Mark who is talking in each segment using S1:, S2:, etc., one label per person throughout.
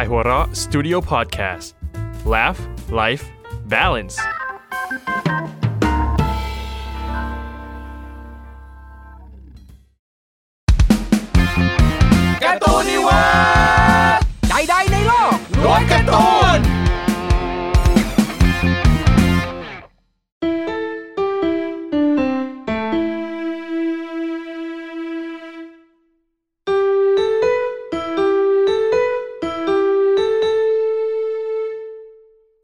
S1: i h o r a Studio Podcast Laugh Life Balance
S2: การ์ตูนนิวา
S3: ใดๆในโลก
S2: ร้อนการ์ตูน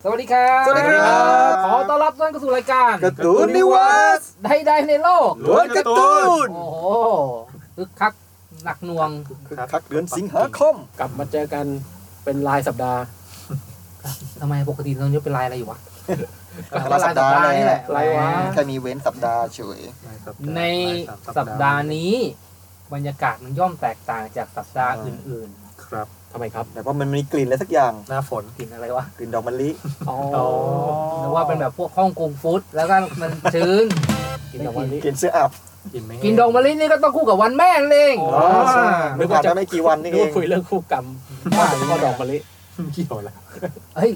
S3: สวัสดีครับ
S2: สวัสดีครับ
S3: ขอต้อนรับทุกท่านเข้าสู่รายการ
S2: การ์ตูนนิวา
S3: ใดๆในโลก
S2: ร้อนการ์ตูน
S3: โอ้โหคึกคักหนักหน่วง
S2: คึกคักเดือนสิงหาคม
S4: กลับมาเจอกันเป็นรายสัปดาห์
S3: ทำไมปกติเราเนี่ยเป็นลายอะไรอยู่วะ
S2: นี่
S3: นี่
S2: แหละ
S3: ลายวะ
S2: แค่มีเว้นสัปดาห์เฉย
S3: ในสัปดาห์นี้ บรรยากาศมันย่อมแตกต่างจากสัปดาห์อื่น
S4: ครับทำไมครับ
S2: แต่ว่ามันมีกลิ่นอะไรสักอย่าง
S4: หน้าฝน
S3: ๆกลิ่นอะไรวะ
S2: กลิ่นดอกมะลิ
S3: อ๋อหรือว่าเป็นแบบพวกฮ่องกงฟู้ดแล้วก็มันชื้น
S4: กินดอกมะลิ
S2: กลิ่นเสื้ออับ
S4: กินไม่
S3: กินดอกมะลินี่ก็ต้องคู่กับวันแม่นั่นเอง
S4: อ๋อใช่
S2: ไม่ผ่านมาไม่กี่วันนี่เอ
S4: นึก
S2: ง
S4: ว่าคุยเรื่องคู่กรรมบ้าหรือว่าดอกมะลิเกี่ยวละ
S3: เฮ้ย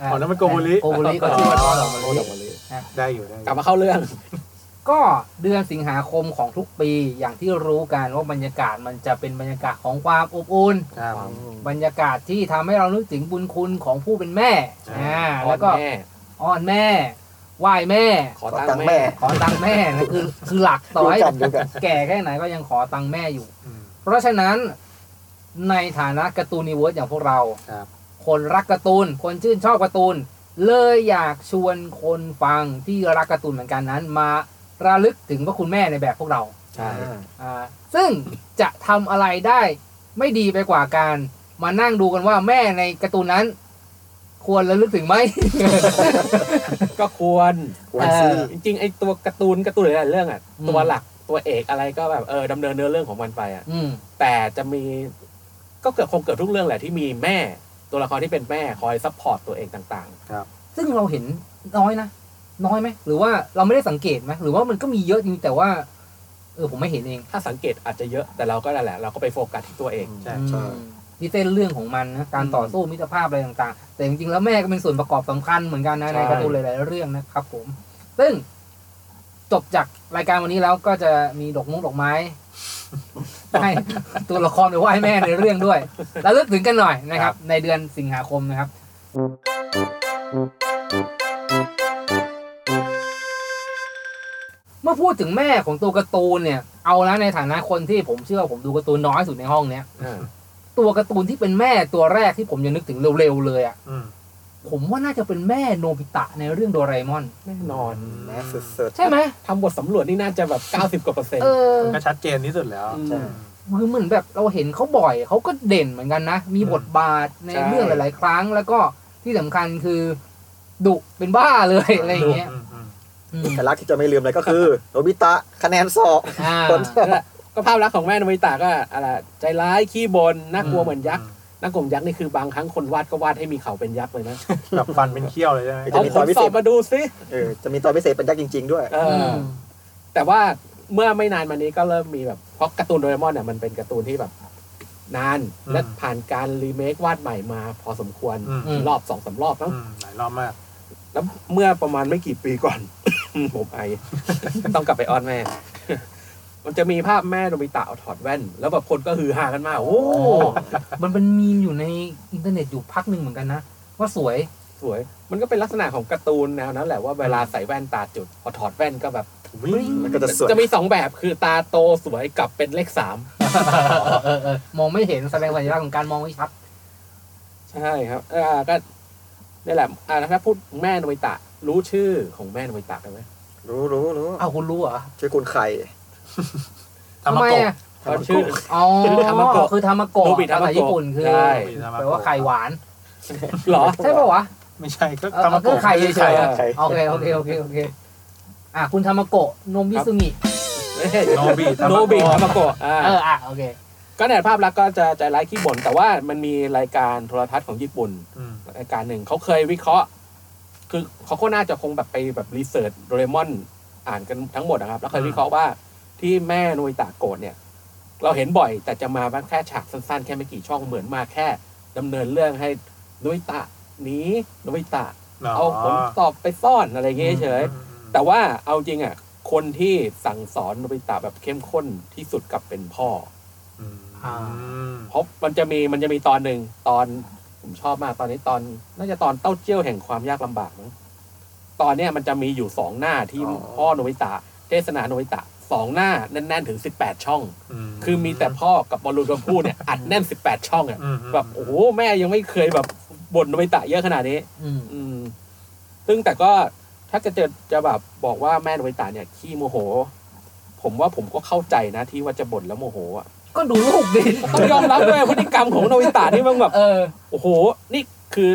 S5: อ๋อนั่นมันโกโบริ
S3: โกโบริก็ชื่อว่าดอกมะลิ
S4: ดอกมะลิ
S5: ได้อยู่ได้อก
S4: ลับ
S5: ยู่
S4: มาเข้าเรื่อง
S3: ก็เดือนสิงหาคมของทุกปีอย่างที่รู้กันว่าบรรยากาศมันจะเป็นบรรยากาศของความอบอุ่น
S5: ครับ
S3: บรรยากาศที่ทำให้เรานึกถึงบุญคุณของผู้เป็นแม่
S5: ใช่
S3: อ่า
S4: อ่อน
S3: แล้วก็
S4: แม่
S3: อ้อนแม่ไหว้แม่
S4: ขอตัง
S2: ขอตังค์
S4: ค์
S2: แม่
S4: แม่
S3: ขอตังค์แม่ นะคือคือหลักต่อให้
S2: รู้กันรู้กัน
S3: แก่แค่ไหนก็ยังขอตังค์แม่อยู่
S5: อืม
S3: เพราะฉะนั้นในฐานะการ์ตูนนิเวิร์สอย่างพวกเรา
S5: ครับ
S3: คนรักการ์ตูน คนชื่นชอบการ์ตูน เลยอยากชวนคนฟังที่รักการ์ตูนเหมือนกันนั้น มาระลึกถึงพระคุณแม่ในแบบพวกเรา
S4: ใช่
S3: อ่าซึ่งจะทำอะไรได้ไม่ดีไปกว่าการ มานั่งดูกันว่าแม่ในการ์ตูนนั้น ควรระลึกถึง ไหม
S4: ก็ควร
S2: ควรสิ
S4: เออจริงๆไอตัวการ์ตูนการ์ตูนหลายๆเรื่องอ่ะ
S3: อืม
S4: ตัวหลักตัวเอกอะไรก็แบบเออดำเนินเนื้อเรื่องของมันไปอ่ะ
S3: อืม
S4: แต่จะมีก็เกือบคงเกือบทุกเรื่องแหละที่มีแม่ ตัวละครที่เป็นแม่คอยซัพพอร์ตตัวเองต่าง
S3: ซึ่งเราเห็นน้อยนะน้อยไหมหรือว่าเราไม่ได้สังเกตไหมหรือว่ามันก็มีเยอะจริงแต่ว่า เออผมไม่เห็นเอง
S4: ๆ ถ้าสังเกตอาจจะเยอะแต่เราก็นั่นแหละ เราก็ไปโฟกัสที่ตัวเอง
S5: ใช่
S3: อืมที่เต้นเรื่องของมันนะการต่อสู้มิตรภาพอะไรต่างๆ แต่จริงๆแล้วแม่ก็เป็นส่วนประกอบสำคัญเหมือนกันนะ
S4: ใช่
S3: ในการ์ตูนหลายๆเรื่องนะครับผม ซึ่งจบจากรายการวันนี้แล้วก็จะมีดอกมุ้งดอกไม้ ให้ตัวละครไปไหว้แม่ในเรื่องด้วย แล้วลึกถึงกันหน่อยนะครับ ในเดือนสิงหาคมนะครับ เมื่อพูดถึงแม่ของตัวการ์ตูนเนี่ย เอาละในฐานะคนที่ผมเชื่อว่าผมดูการ์ตูนน้อยสุดในห้องเนี้ย
S4: อ่า
S3: ตัวการ์ตูนที่เป็นแม่ตัวแรกที่ผมยังนึกถึงเร็วๆเลยอ่ะ
S5: อืม
S3: ผมว่าน่าจะเป็นแม่โนบิตะในเรื่องโดราเอมอน
S4: แน่นอน
S2: แม่สุด
S3: ใช่ไหม
S4: ทำบทสำรวจนี่น่าจะแบบ 90 กว่าเปอร์เซ็น
S3: เอ
S4: ต์
S3: อ
S5: ก็ชัดเจนที่สุดแล้ว
S4: อืม
S2: ใช่
S3: คือเหมือนแบบเราเห็นเขาบ่อยเขาก็เด่นเหมือนกันนะ มีบทบาทใน
S4: ใช่
S3: เรื่องหลาย ๆ ครั้ง แล้วก็ที่สำคัญคือดุเป็นบ้าเลย อะไรอย่างเงี้ย
S5: มอืม
S3: อื
S2: ๆ
S3: ม
S2: แต่ลักษณ์ที่จะไม่ลืมเลยก็คือโนบิตะคะแนนสอบ
S3: อ่า
S2: คนสอบ
S4: ก็ภาพลักษณ์ของแม่นมิตาก็อะไรใจร้ายขี้บนน่ากลัว
S3: อืม
S4: เหมือนยักษ์น่ากลัวเหมือนยักษ์นี่คือบางครั้งคนวาดก็วาดให้มีเขาเป็นยักษ์เลยนะ
S5: แบบฟันเป็นเขี้ยวเลยใช่ไหม
S2: จะ
S4: เอา
S2: มี
S4: ผ
S2: ตอน
S4: ล
S2: พิ
S4: ส
S2: เศ
S4: อ
S2: ษ
S4: บมาดูสิ
S2: เออจะมีตอนพิเศษเป็นยักษ์จริง ๆ ด้วย
S4: เอออ แต่ว่าเมื่อไม่นานมานี้ก็เริ่มมีแบบเพราะการ์ตูนโดเรมอนเนี่ยมันเป็นการ์ตูนที่แบบ นานและผ่านการรีเมควาดใหม่มาพอสมควร
S5: อืม
S3: อืม
S4: รอบสองสามรอบแล้ว
S5: อืมหลายรอบมาก
S4: แล้วเมื่อประมาณไม่กี่ปีก่อน ผมไอ ต้องกลับไปออนแม่ มันจะมีภาพแม่โนบิตะเอาถอดแว่น แล้วแบบคนก็ฮือฮากันมากโอ้
S3: โอ้มันเป็นมีมอยู่ในอินเทอร์เน็ตอยู่พักหนึ่งเหมือนกันนะ ว่าสวย
S4: สวย มันก็เป็นลักษณะของการ์ตูนแนวนั้นแหละว่าเวลาใส่แว่นตาจุด พอถอดแว่นก็แบบ
S5: วิ่ง
S2: มันก็จะสวย
S4: จะมีสองแบบคือตาโตสวยกับเป็นเลขสาม
S3: เออเออมองไม่เห็นแสดงสัญลักษณ์ของการมองไม่ชัด
S4: ใช่ครับเอ่อก็นี่แหละอ่าถ้าพูดแม่โนบิตะ รู้ชื่อของแม่โนบิตะกันไหม
S2: รู้รู้รู้
S3: อ้าวคุณรู้เหรอ
S2: ชื่อคุณไข่
S5: ทำ
S3: ทำ
S5: มา
S3: ไม
S5: โก
S3: อ่ะ
S4: เขาชื่อ
S3: อ๋อ
S4: ทามาโกะ
S3: คือทามาโกะ
S4: โนบิทา
S3: ภา
S4: มา
S3: ษา
S4: โกะ
S3: ญี่ปุ่นคือ
S4: ใช่
S3: แปลว่าไข่หวาน
S4: เหรอ
S3: ใช่ปะวะ
S5: ไม่ใช่ก็
S3: เออ
S5: ทำมาโก
S3: เอาเครื่องไข่เฉยๆ
S5: ไข่อะ
S2: ไข่
S3: โอเคโอเคโอเคโอเคอ่ะคุณทามาโกะนมมิซุงิ
S5: โนบิทามาโกะ
S4: โนบิทามาโกะอ่า
S3: เอออ่ะโอเค
S4: ก็เนี่ยภาพลักษณ์ก็จะใจร้ายขี้บ่นแต่ว่ามันมีรายการโทรทัศน์ของญี่ปุ่น
S5: อืม
S4: รายการหนึ่งเขาเคยวิเคราะห์ คือเขาก็น่าจะคงแบบไปแบบรีเสิร์ชโดเรมอนอ่านกันทั้งหมดนะครับ แล้วเคยวิเคราะห์ว่าที่แม่โนบิตะโกรธเนี่ย เราเห็นบ่อยแต่จะมาแค่ฉากสั้นๆ แค่ไม่กี่ช่องเหมือนมาแค่ ดำเนินเรื่องให้โนบิตะหนีโนบิตะ
S5: นะ
S4: เอาผลสอบไปซ่อนอะไรอย่างเงี้ยเฉย
S5: อืมอืม
S4: แต่ว่าเอาจริงอ่ะ คนที่สั่งสอนโนบิตะแบบเข้มข้นที่สุดกลับเป็นพ่อ
S5: อืม
S3: อ่า
S4: เพราะมันจะมีมันจะมีตอนหนึ่งตอนผมชอบมากตอนนี้ตอนน่าจะตอนเต้าเจี้ยวแห่งความยากลำบากมั้งตอนเนี้ยมันจะมีอยู่สองหน้าที่
S2: อ๋อ
S4: พ่อโนบิตะ เทศนาโนบิตะสองหน้าแน่นๆถึงสิบแปดช่อง คือมีแต่พ่อกับบอลลูนกับพูดเนี่ย อัดแน่นสิบแปดช่องอ่ะ
S5: อืมม
S4: แบบโอ้โหแม่ยังไม่เคยแบบบ่นโนบิตะเยอะขนาดนี้
S3: อืม
S4: อืม ซึ่งแต่ก็ถ้าจะเจอจะแบบบอกว่าแม่โนบิตะเนี่ยขี้โมโห ผมว่าผมก็เข้าใจนะที่ว่าจะบ่นแล้วโมโหอ่ะ
S3: ก็ดูลูกดิ
S4: ต้องยอมรับด้วยพฤติกรรมของโนบิตะนี่มันแบบ
S3: เออ
S4: โอ้โห นี่คือ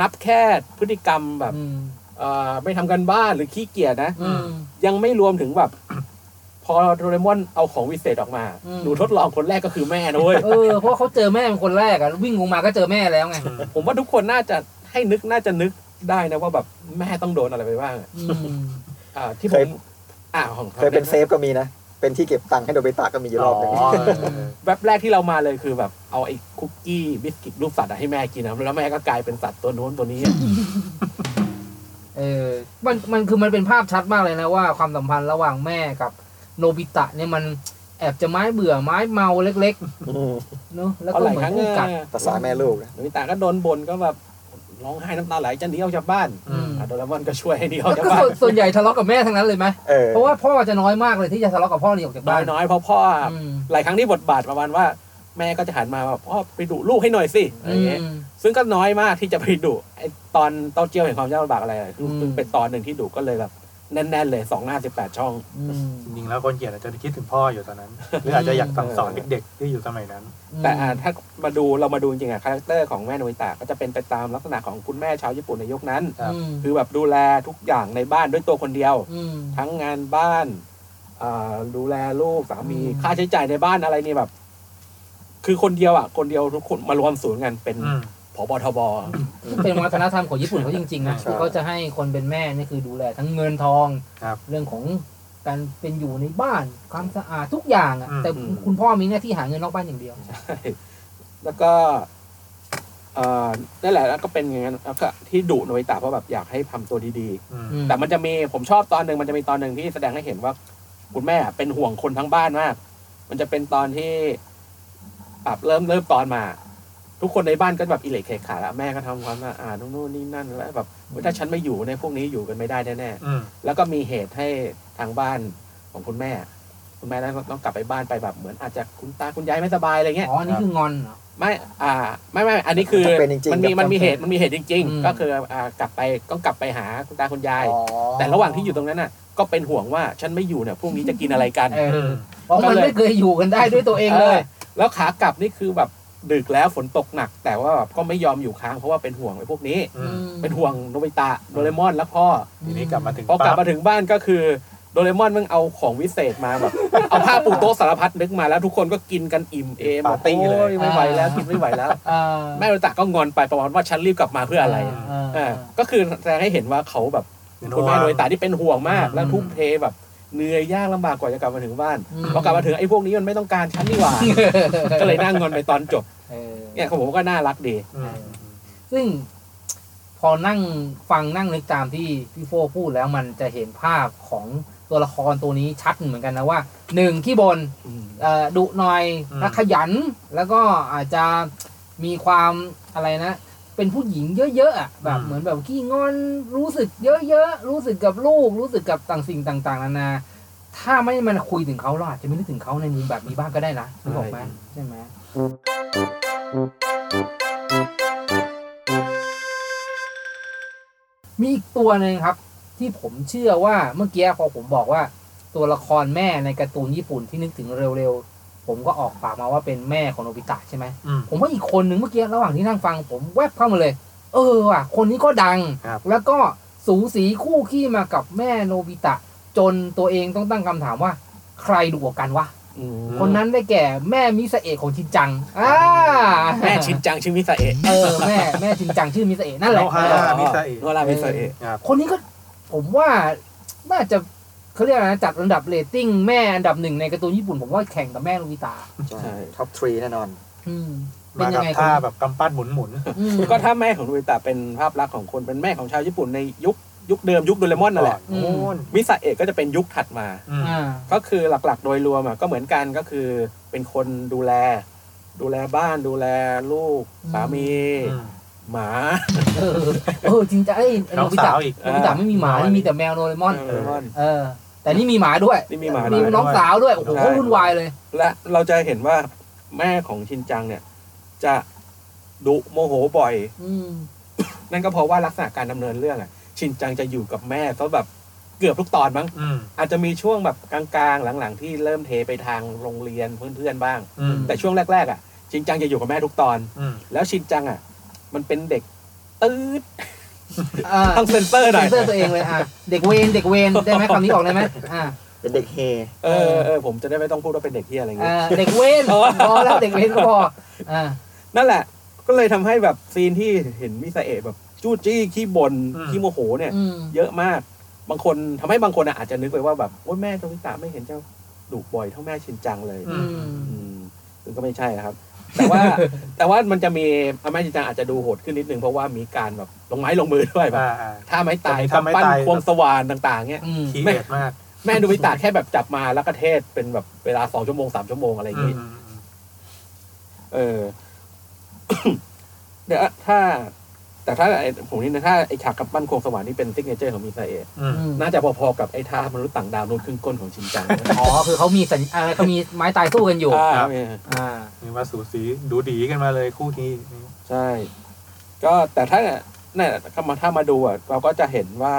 S4: นับแค่พฤติกรรมแบบ
S3: อืม
S4: เอ่อไม่ทำกันบ้านหรือขี้เกียจนะ
S3: อืม
S4: ยังไม่รวมถึงแบบ พอโดเรมอนเอาของวิเศษออกมา
S3: อืม
S4: หนูทดลองคนแรกก็คือแม่นะเว้ย
S3: เออเพราะเขาเจอแม่เป็นคนแรกอะวิ่งลงมาก็เจอแม่แล้วไง
S4: ผมว่าทุกคนน่าจะให้นึกน่าจะนึกได้นะว่าแบบแม่ต้องโดนอะไรไปบ้างอะ
S3: อืม
S4: อ่าที่ผ
S2: เคย
S4: มอ่าของ
S2: เคยเป็นเซฟก็มีนะ เป็นที่เก็บตังค์ให้โดเบตาก็มีอยู่รอบหนึง
S5: อ๋อเออเออ
S4: แวบแรกที่เรามาเลยคือแบบเอาไอ้คุกกี้บิสกิตรูปสัตว์อะให้แม่กินนะแล้วแม่ก็กลายเป็นสัตว์ตัวโน้นตัวนี้อะ
S3: เออมันมันคือมันเป็นภาพชัดมากเลยนะว่าความสัมพันธ์ระหว่างแม่กับโนบิตะเนี่ยมันแอบจะไม้เบื่อไม้เมาเล็กๆเนอะแล้วก็เหมือนคู่กัด
S2: ภาษาแม่ลูกนะ
S4: หนูตาก็โดนบนก็แบบร้องไห้น้ำตาไหลจะหนีออกจากบ้าน
S3: อืม
S4: อ่ะโดเรมอนก็ช่วยให้หนีออก
S3: แล้ว
S4: จาก
S3: ก็
S4: บ้าน
S3: ส่วนส่วนใหญ่ทะเลาะกับแม่ทั้งนั้นเลยไหม
S2: เออ
S3: เพราะว่าพ่อจะน้อยมากเลยที่จะทะเลาะกับพ่อหนีออกจาก
S4: น้
S3: บ้า
S4: อย
S3: น
S4: น้อยๆเพราะพ่ออ่ะ
S3: อืม
S4: หลายครั้งที่บทบาทประมาณว่า แม่ก็จะหันมาแบบพ่อไปดุลูกให้หน่อยสิอะไรอย่างเงี้ย
S3: อืม
S4: ซึ่งก็น้อยมากที่จะไปดุไอตอนเต้าเจี้ยวเห็นความยากลำบากอะไรอ่ะคือ
S3: อืม
S4: เป็นตอนหนึ่งที่ดุก็เลยแบบแน่นๆเลยสองหน้าสิบแปดช่อง
S3: อืม
S5: จริงๆแล้วคนเขียนอาจจะคิดถึงพ่ออยู่ตอน นั้น หรืออาจจะอยากสั่งสอนเด็กๆที่อยู่สมัยนั้น
S4: แต่อ่ะถ้ามาดูเรามาดูจริงๆอ่ะคาแรคเตอร์ของแม่โนบิตะก็จะเป็นไปตามลักษณะของคุณแม่ชาวญี่ปุ่นในยุคนั้น
S5: ครับ
S3: อืม
S4: คือแบบดูแลทุกอย่างในบ้านด้วยตัวคนเดียว
S3: ม
S4: ทั้งงานบ้านอ่าดูแลลูกสามี
S3: อืม
S4: ค่าใช้จ่ายในบ้านอะไรนี่แบบ คือคนเดียวอ่ะ คนเดียวทุกคนมารวมศูนย์กันเป็น
S5: อืม
S4: ผบทบ
S3: เป็นวัฒนธรรมของญี่ปุ่นเขาจริงๆนะ
S2: ใช่
S3: คือเขาจะให้คนเป็นแม่นี่คือดูแลทั้งเงินทอง
S5: ครับ
S3: เรื่องของการเป็นอยู่ในบ้าน ความสะอาดทุกอย่างอะแต่คุณพ่อมีหน้าที่หาเงินนอกบ้านอย่างเดียว
S4: แล้วก็เอ่อนั่นแหละแล้วก็เป็นอย่างนั้นแล้วก็ที่ดุโนบิตะเพราะแบบอยากให้ทำตัวดี
S5: อืม
S3: อืม
S4: ๆ แต่มันจะมีผมชอบตอนหนึ่งมันจะมีตอนหนึ่งที่แสดงให้เห็นว่า คุณแม่เป็นห่วงคนทั้งบ้านมาก มันจะเป็นตอนที่ปรับเริ่มเริ่มตอนมา ทุกคนในบ้านก็แบบอิเล็กเคขาแล้วแม่ก็ทำความสะอาดนู่นนี่นั่นแล้วแบบโอ๊ยถ้าฉันไม่อยู่ในยพวกนี้อยู่กันไม่ได้แน่
S5: อืม
S4: ๆแล้วก็มีเหตุให้ทางบ้านของคุณแม่ คุณแม่นั้นต้องกลับไปบ้านไปแบบเหมือนอาจจะคุณตาคุณยายไม่สบายอะไรเงี้ย
S3: อ๋ออันนี่คืองอนเหรอ
S4: ไม่อ่า ไม่ไม่อันนี้คือ
S2: มันจำเป็นจริงๆ
S4: มันมี
S2: ครับ
S4: มันมีเหตุมันมีเหตุจริง
S3: อืม
S4: ๆ ก็คืออ่ากลับไปต้องกลับไปหาคุณตาคุณยาย
S2: อ๋อ
S4: แต่ระหว่างที่อยู่ตรงนั้นน่ะ ก็เป็นห่วงว่าฉันไม่อยู่เนี่ยพวกนี้จะกินอะไรกัน
S3: เออเพ
S4: ก็
S3: ราะมั
S4: เลย
S3: นไม่เคยอยู่กันได้ด้วยตัวเองเลย
S4: แล้วขากลับนี่คือแบบดึกแล้วฝนตกหนัก แต่ว่าแบบก็ไม่ยอมอยู่ค้างเพราะว่าเป็นห่วงไอ้พวกนี้
S5: อืม
S4: เป็นห่วงโนบิตะโดเรมอนและพ่อ
S5: ทีนี้กลับมาถึง
S4: พอกลับมาถึงบ้านก็คือโดเรมอนมึงเอาของวิเศษมาแบบ เอาผ้าปูโต๊ะสารพัดนึกมาแล้วทุกคนก็กินกันอิ่มเอมแบบโอ้ยไม่ไหวแล้วกินไม่ไหวแล้ว
S3: อ่า
S4: แม่โนบิตะก็งอนไปประมาณว่าฉันรีบกลับมาเพื่ออะไร
S3: อ่า
S4: เออก็คือแสดงให้เห็นว่าเขาแบบ คุณแม่โดยตาที่เป็นห่วงมาก
S5: อืม
S4: แล้วทุ่มเทแบบเหนื่อยยากลำบากกว่าจะกลับมาถึงบ้าน
S3: อืม
S4: พอกลับมาถึงไอ้พวกนี้มันไม่ต้องการฉันนี่หว่า ก็เลยนั่งงอนไปตอนจบ
S3: เออ
S4: เนี่ยเขาบอกว่าก็น่ารักดี
S5: อืม
S3: ซึ่งพอนั่งฟังนั่งนึกตามที่พี่โฟพูดแล้วมันจะเห็นภาพของตัวละครตัวนี้ชัดเหมือนกันนะว่าหนึ่งขี้บนเอ่อดุหน่อยรักขยัน แล้วก็อาจจะมีความอะไรนะ เป็นผู้หญิงเยอะๆอะแบบเหมือนแบบขี้งอนรู้สึกเยอะๆรู้สึกกับลูก รู้สึกกับต่างสิ่งต่างๆนานาถ้าไม่มันคุยถึงเขาเราอาจจะไม่นึกถึงเขาในมุมแบบนี้บ้างก็ได้นะถูกไหม
S4: ใช่
S3: ใช่ไหมมีอีกตัวหนึ่งครับ ที่ผมเชื่อว่าเมื่อกี้พอผมบอกว่าตัวละครแม่ในการ์ตูนญี่ปุ่นที่นึกถึงเร็วๆ ผมก็ออกปากมาว่าเป็นแม่ของโนบิตะใช่ไหม
S5: อืม
S3: ผมว่าอีกคนหนึ่งเมื่อกี้ระหว่างที่นั่งฟัง ผมแวบเข้ามาเลย เออว่ะคนนี้ก็ดัง
S5: ครับ
S3: แล้วก็สูสีคู่ขี้มากับแม่โนบิตะ จนตัวเองต้องตั้งคำถามว่า ใครดุกว่ากันวะ
S4: อืม
S3: คนนั้นได้แก่แม่มิสเอะของชินจังอ่า
S4: แม่ชินจังชื่อมิซาเอะ
S3: เออแม่แม่ชินจังชื่อมิสเอะนั่นแหละ
S5: โนฮา อ่ามิซาเอะ
S4: โนรามิซาเอะ
S5: ครับ
S3: คนนี้ก็ผมว่าน่าจะเขาเรียกอะไรนะจัดอันดับเรตติ้งแม่อันดับหนึ่งในการ์ตูนญี่ปุ่นผมว่าแข่งกับแม่โนบิตะ
S2: ท็อปทรีแน่นอน
S3: อืมเป็น
S5: มา
S3: ยั
S5: กั
S3: ง
S5: บ
S3: ไง
S5: ท่าแบบกำปั้นหมุนหมุน
S3: อืม
S4: ก็ถ้าแม่ของโนบิตะเป็นภาพลักษณ์ของคนเป็นแม่ของชาวญี่ปุ่นในยุคยุคเดิมยุคโดเรมอนนั่นแหละ
S5: โอ้น
S4: มิซาเอะก็จะเป็นยุคถัดมา
S5: อืม
S3: อ่า
S4: ก็คือหลักๆ โดยรวมอะก็เหมือนกันก็คือเป็นคนดูแล ดูแลบ้านดูแลลูก
S3: อืม
S4: สามี
S5: อืม
S4: หมา
S3: เออเออจริงจังไอ้ยโน
S5: น้อง
S3: บิ
S5: สา
S3: ตะ
S5: วอีก
S3: โนบิตะไม่มีหมา
S5: น้อย
S3: นี่มีแต่แมวโดเรมอน
S4: เออโดเรมอน
S3: เออ แต่นี่มีหมาด้วย
S4: นี่มีหมา
S5: ด้
S4: ด้
S3: มี
S5: ว
S4: วย
S3: น้องสาวด้วย โอ้โห
S4: ใช่
S3: วุ่นวายเลย
S4: และเราจะเห็นว่าแม่ของชินจังเนี่ย จะดุโมโหบ่อย
S3: อืม
S4: นั่นก็เพราะว่าลักษณะการดำเนินเรื่องอะชินจังจะอยู่กับแม่เขาแบบเกือบทุกตอนมั้ง
S5: อืม
S4: อาจจะมีช่วงแบบกลางๆ หลังๆ ที่เริ่มเทไปทางโรงเรียนเพื่อนๆบ้าง
S5: อืม
S4: แต่ช่วงแรกๆอ่ะชินจังจะอยู่กับแม่ทุกตอน
S5: อืม
S4: แล้วชินจังอ่ะ มันเป็นเด็กตืด
S3: อ่า
S4: ต้องเซนเตอร์หน่
S3: เซ็น
S4: อย
S3: เซอร์ตัวเองเลยอ่ะเด็กเวนเด็กเวนได้ไหมคำนี้ออกได้ไหมอ่า
S2: เป็นเด็กเฮ
S4: เออเออผมจะได้ไม่ต้องพูดว่าเป็นเด็กเฮียอะไรอย่าง
S3: เอ
S4: เงี้ย
S3: อเด็กเวน
S4: อ๋อ
S3: พอแล้วเด็กเวนก็พออ่า
S4: นั่นแหละ ก็เลยทำให้แบบซีนที่เห็นมิซาเอะแบบจู้จี้ขี้บน่นขี้โมโหเนี่ย
S3: อืม
S4: เยอะมาก บางคนทำให้บางคนอะอาจจะนึกไปว่าแบบโอ้ยแม่โนบิตะไม่เห็นเจ้าดุบ่อยเท่าแม่ชินจังเลย
S3: อืม
S4: อืมซึ่งก็ไม่ใช่นะครับ แต่ว่า แต่ว่ามันจะมีอาม่าจิจังอาจจะดูโหดขึ้นนิดนึงเพราะว่ามีการแบบลงไม้ลงมือด้วยแบบ
S5: อ่าอ่า
S4: ถ้าไม้ตาย
S5: จะมี
S4: ถ้า
S5: ท่าไม้
S4: ปั้น
S5: ตาย
S4: ควงสว่านต่างๆเงี้ย
S3: อืม
S5: ทีเด็ดมาก
S4: แม่ดูวิตาแค่แบบจับมาแล้วก็เทศเป็นแบบเวลาสองชั่วโมงสามชั่วโมงอะไรอย่าง
S5: อื
S4: งี้
S5: มอืม
S4: เออ เดี๋ยวถ้า แต่ถ้าไอ้ผมนี่นะถ้าไอฉากกับปั้นควงสว่านนี่เป็นซิกเนเจอร์ของมีซาเอะ
S5: อืม
S3: อืม
S4: น่าจะพอๆกับไอ้ท่ามนุษย์ต่างดาวนู่นครึ่งก้นของชินจัง
S3: อ๋อคือเขามีสัญอ่าเขามีไม้ตายสู้กันอยู่
S4: อ่า
S3: อ่า
S5: นี่ว่าสูสีดูดีกันมาเลยคู่นี้
S4: ใช่ ก็แต่ถ้าเนี่ยถ้ามาถ้ามาดูอ่ะเราก็จะเห็นว่า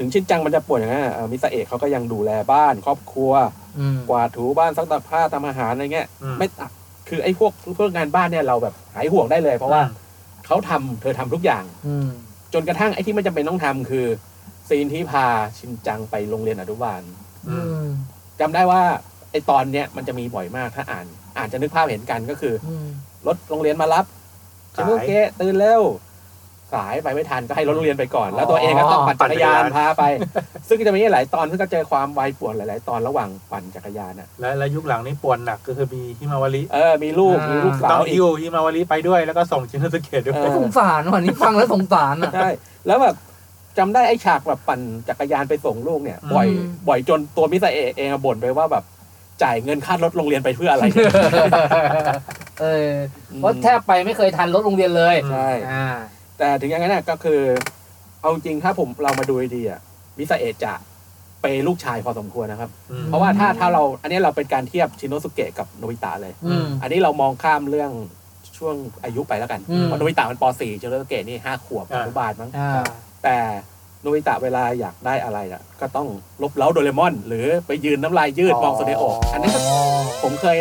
S4: ถึงชินจังมันจะป่วยอย่างนั้นอ่ะเอ่อมิซาเอะเขาก็ยังดูแลบ้าน ครอบครัว
S3: อืม
S4: กวาดถูบ้านซักตากผ้าทำอาหารอะไรเงี้ย
S5: อื
S4: ไม่อ่ะคือไอ้พวกพวกงานบ้านเนี่ยเราแบบหายห่วงได้เลย เพราะว่าเขาทำเธอทำทุกอย่าง
S3: อืม
S4: จนกระทั่งไอ้ที่ไม่จำเป็นต้องทำคือ ซีนที่พาชินจังไปโรงเรียนอนุบาล
S5: อื
S3: อืม
S5: ม
S4: จำได้ว่าไอ้ตอนเนี้ยมันจะมีบ่อยมากถ้าอ่านอาจจะนึกภาพเห็นกันก็คือ
S3: อืม
S4: รถโรงเรียนมารับชิโนเกะตื่นเร็วสายไปไม่ทันก็ให้รถโรงเรียนไปก่อน แล้วตัวเองก็ต้องปั่นจักรยานพาไป ซึ่งจะมีหลายตอนซึ่งก็เจอความวายป่วนหลาย ๆ ตอนระหว่างปั่นจักรยานอ่ะ
S5: และและยุคหลังนี่ปวนหนักก็คือมีฮิมาวาริ
S4: เออมีลูกมีลูกสา
S5: ต้อ
S4: ว
S5: ง
S4: อีก
S5: อิวฮิมาวาริไปด้วยแล้วก็ส่งชินสุเกะด้วย
S4: เอ
S3: สงสารวันนี้ฟังแล้วสงสาร อ่ะ
S4: ใช่แล้วแบบจำได้ไอ้ฉากแบบปั่นจักรยานไปส่งลูกเนี่ย บ่อย
S3: อืม
S4: บ่อยจนตัวมิสเตอร์เอเองอะบ่นไปว่าแบบจ่ายเงินค่ารถโรงเรียนไปเพื่ออะไรเนี่ย
S3: เออเพราะแทบไปไม่เคยทันรถโรงเรียนเลย
S4: ใช่
S3: อ่า
S4: แต่ถึงอย่างนั้นนะก็คือ เอาจริงถ้าผมเรามาดูดีๆอ่ะมิสเตอร์เอจะเปย์ลูกชายพอสมควรนะครับ เพราะว่าถ้าถ้าเราอันนี้เราเป็นการเทียบชินโนสุเกะกับโนบิตะเลย
S3: อืม
S4: อันนี้เรามองข้ามเรื่องช่วงอายุไปแล้วกัน
S3: อืม
S4: เพราะโนบิตะมันป .4 ชินโนสุเกะนี่ห้าขวบ
S5: อ่า
S4: อนุบาลมั้ง
S3: อ่า
S4: แต่โนบิตะเวลาอยากได้อะไรน่ะ ก็ต้องลบเล้าโดเรมอน หรือไปยืนน้ำลายยืดมองโซเดโออันนี้ก็ผมเคย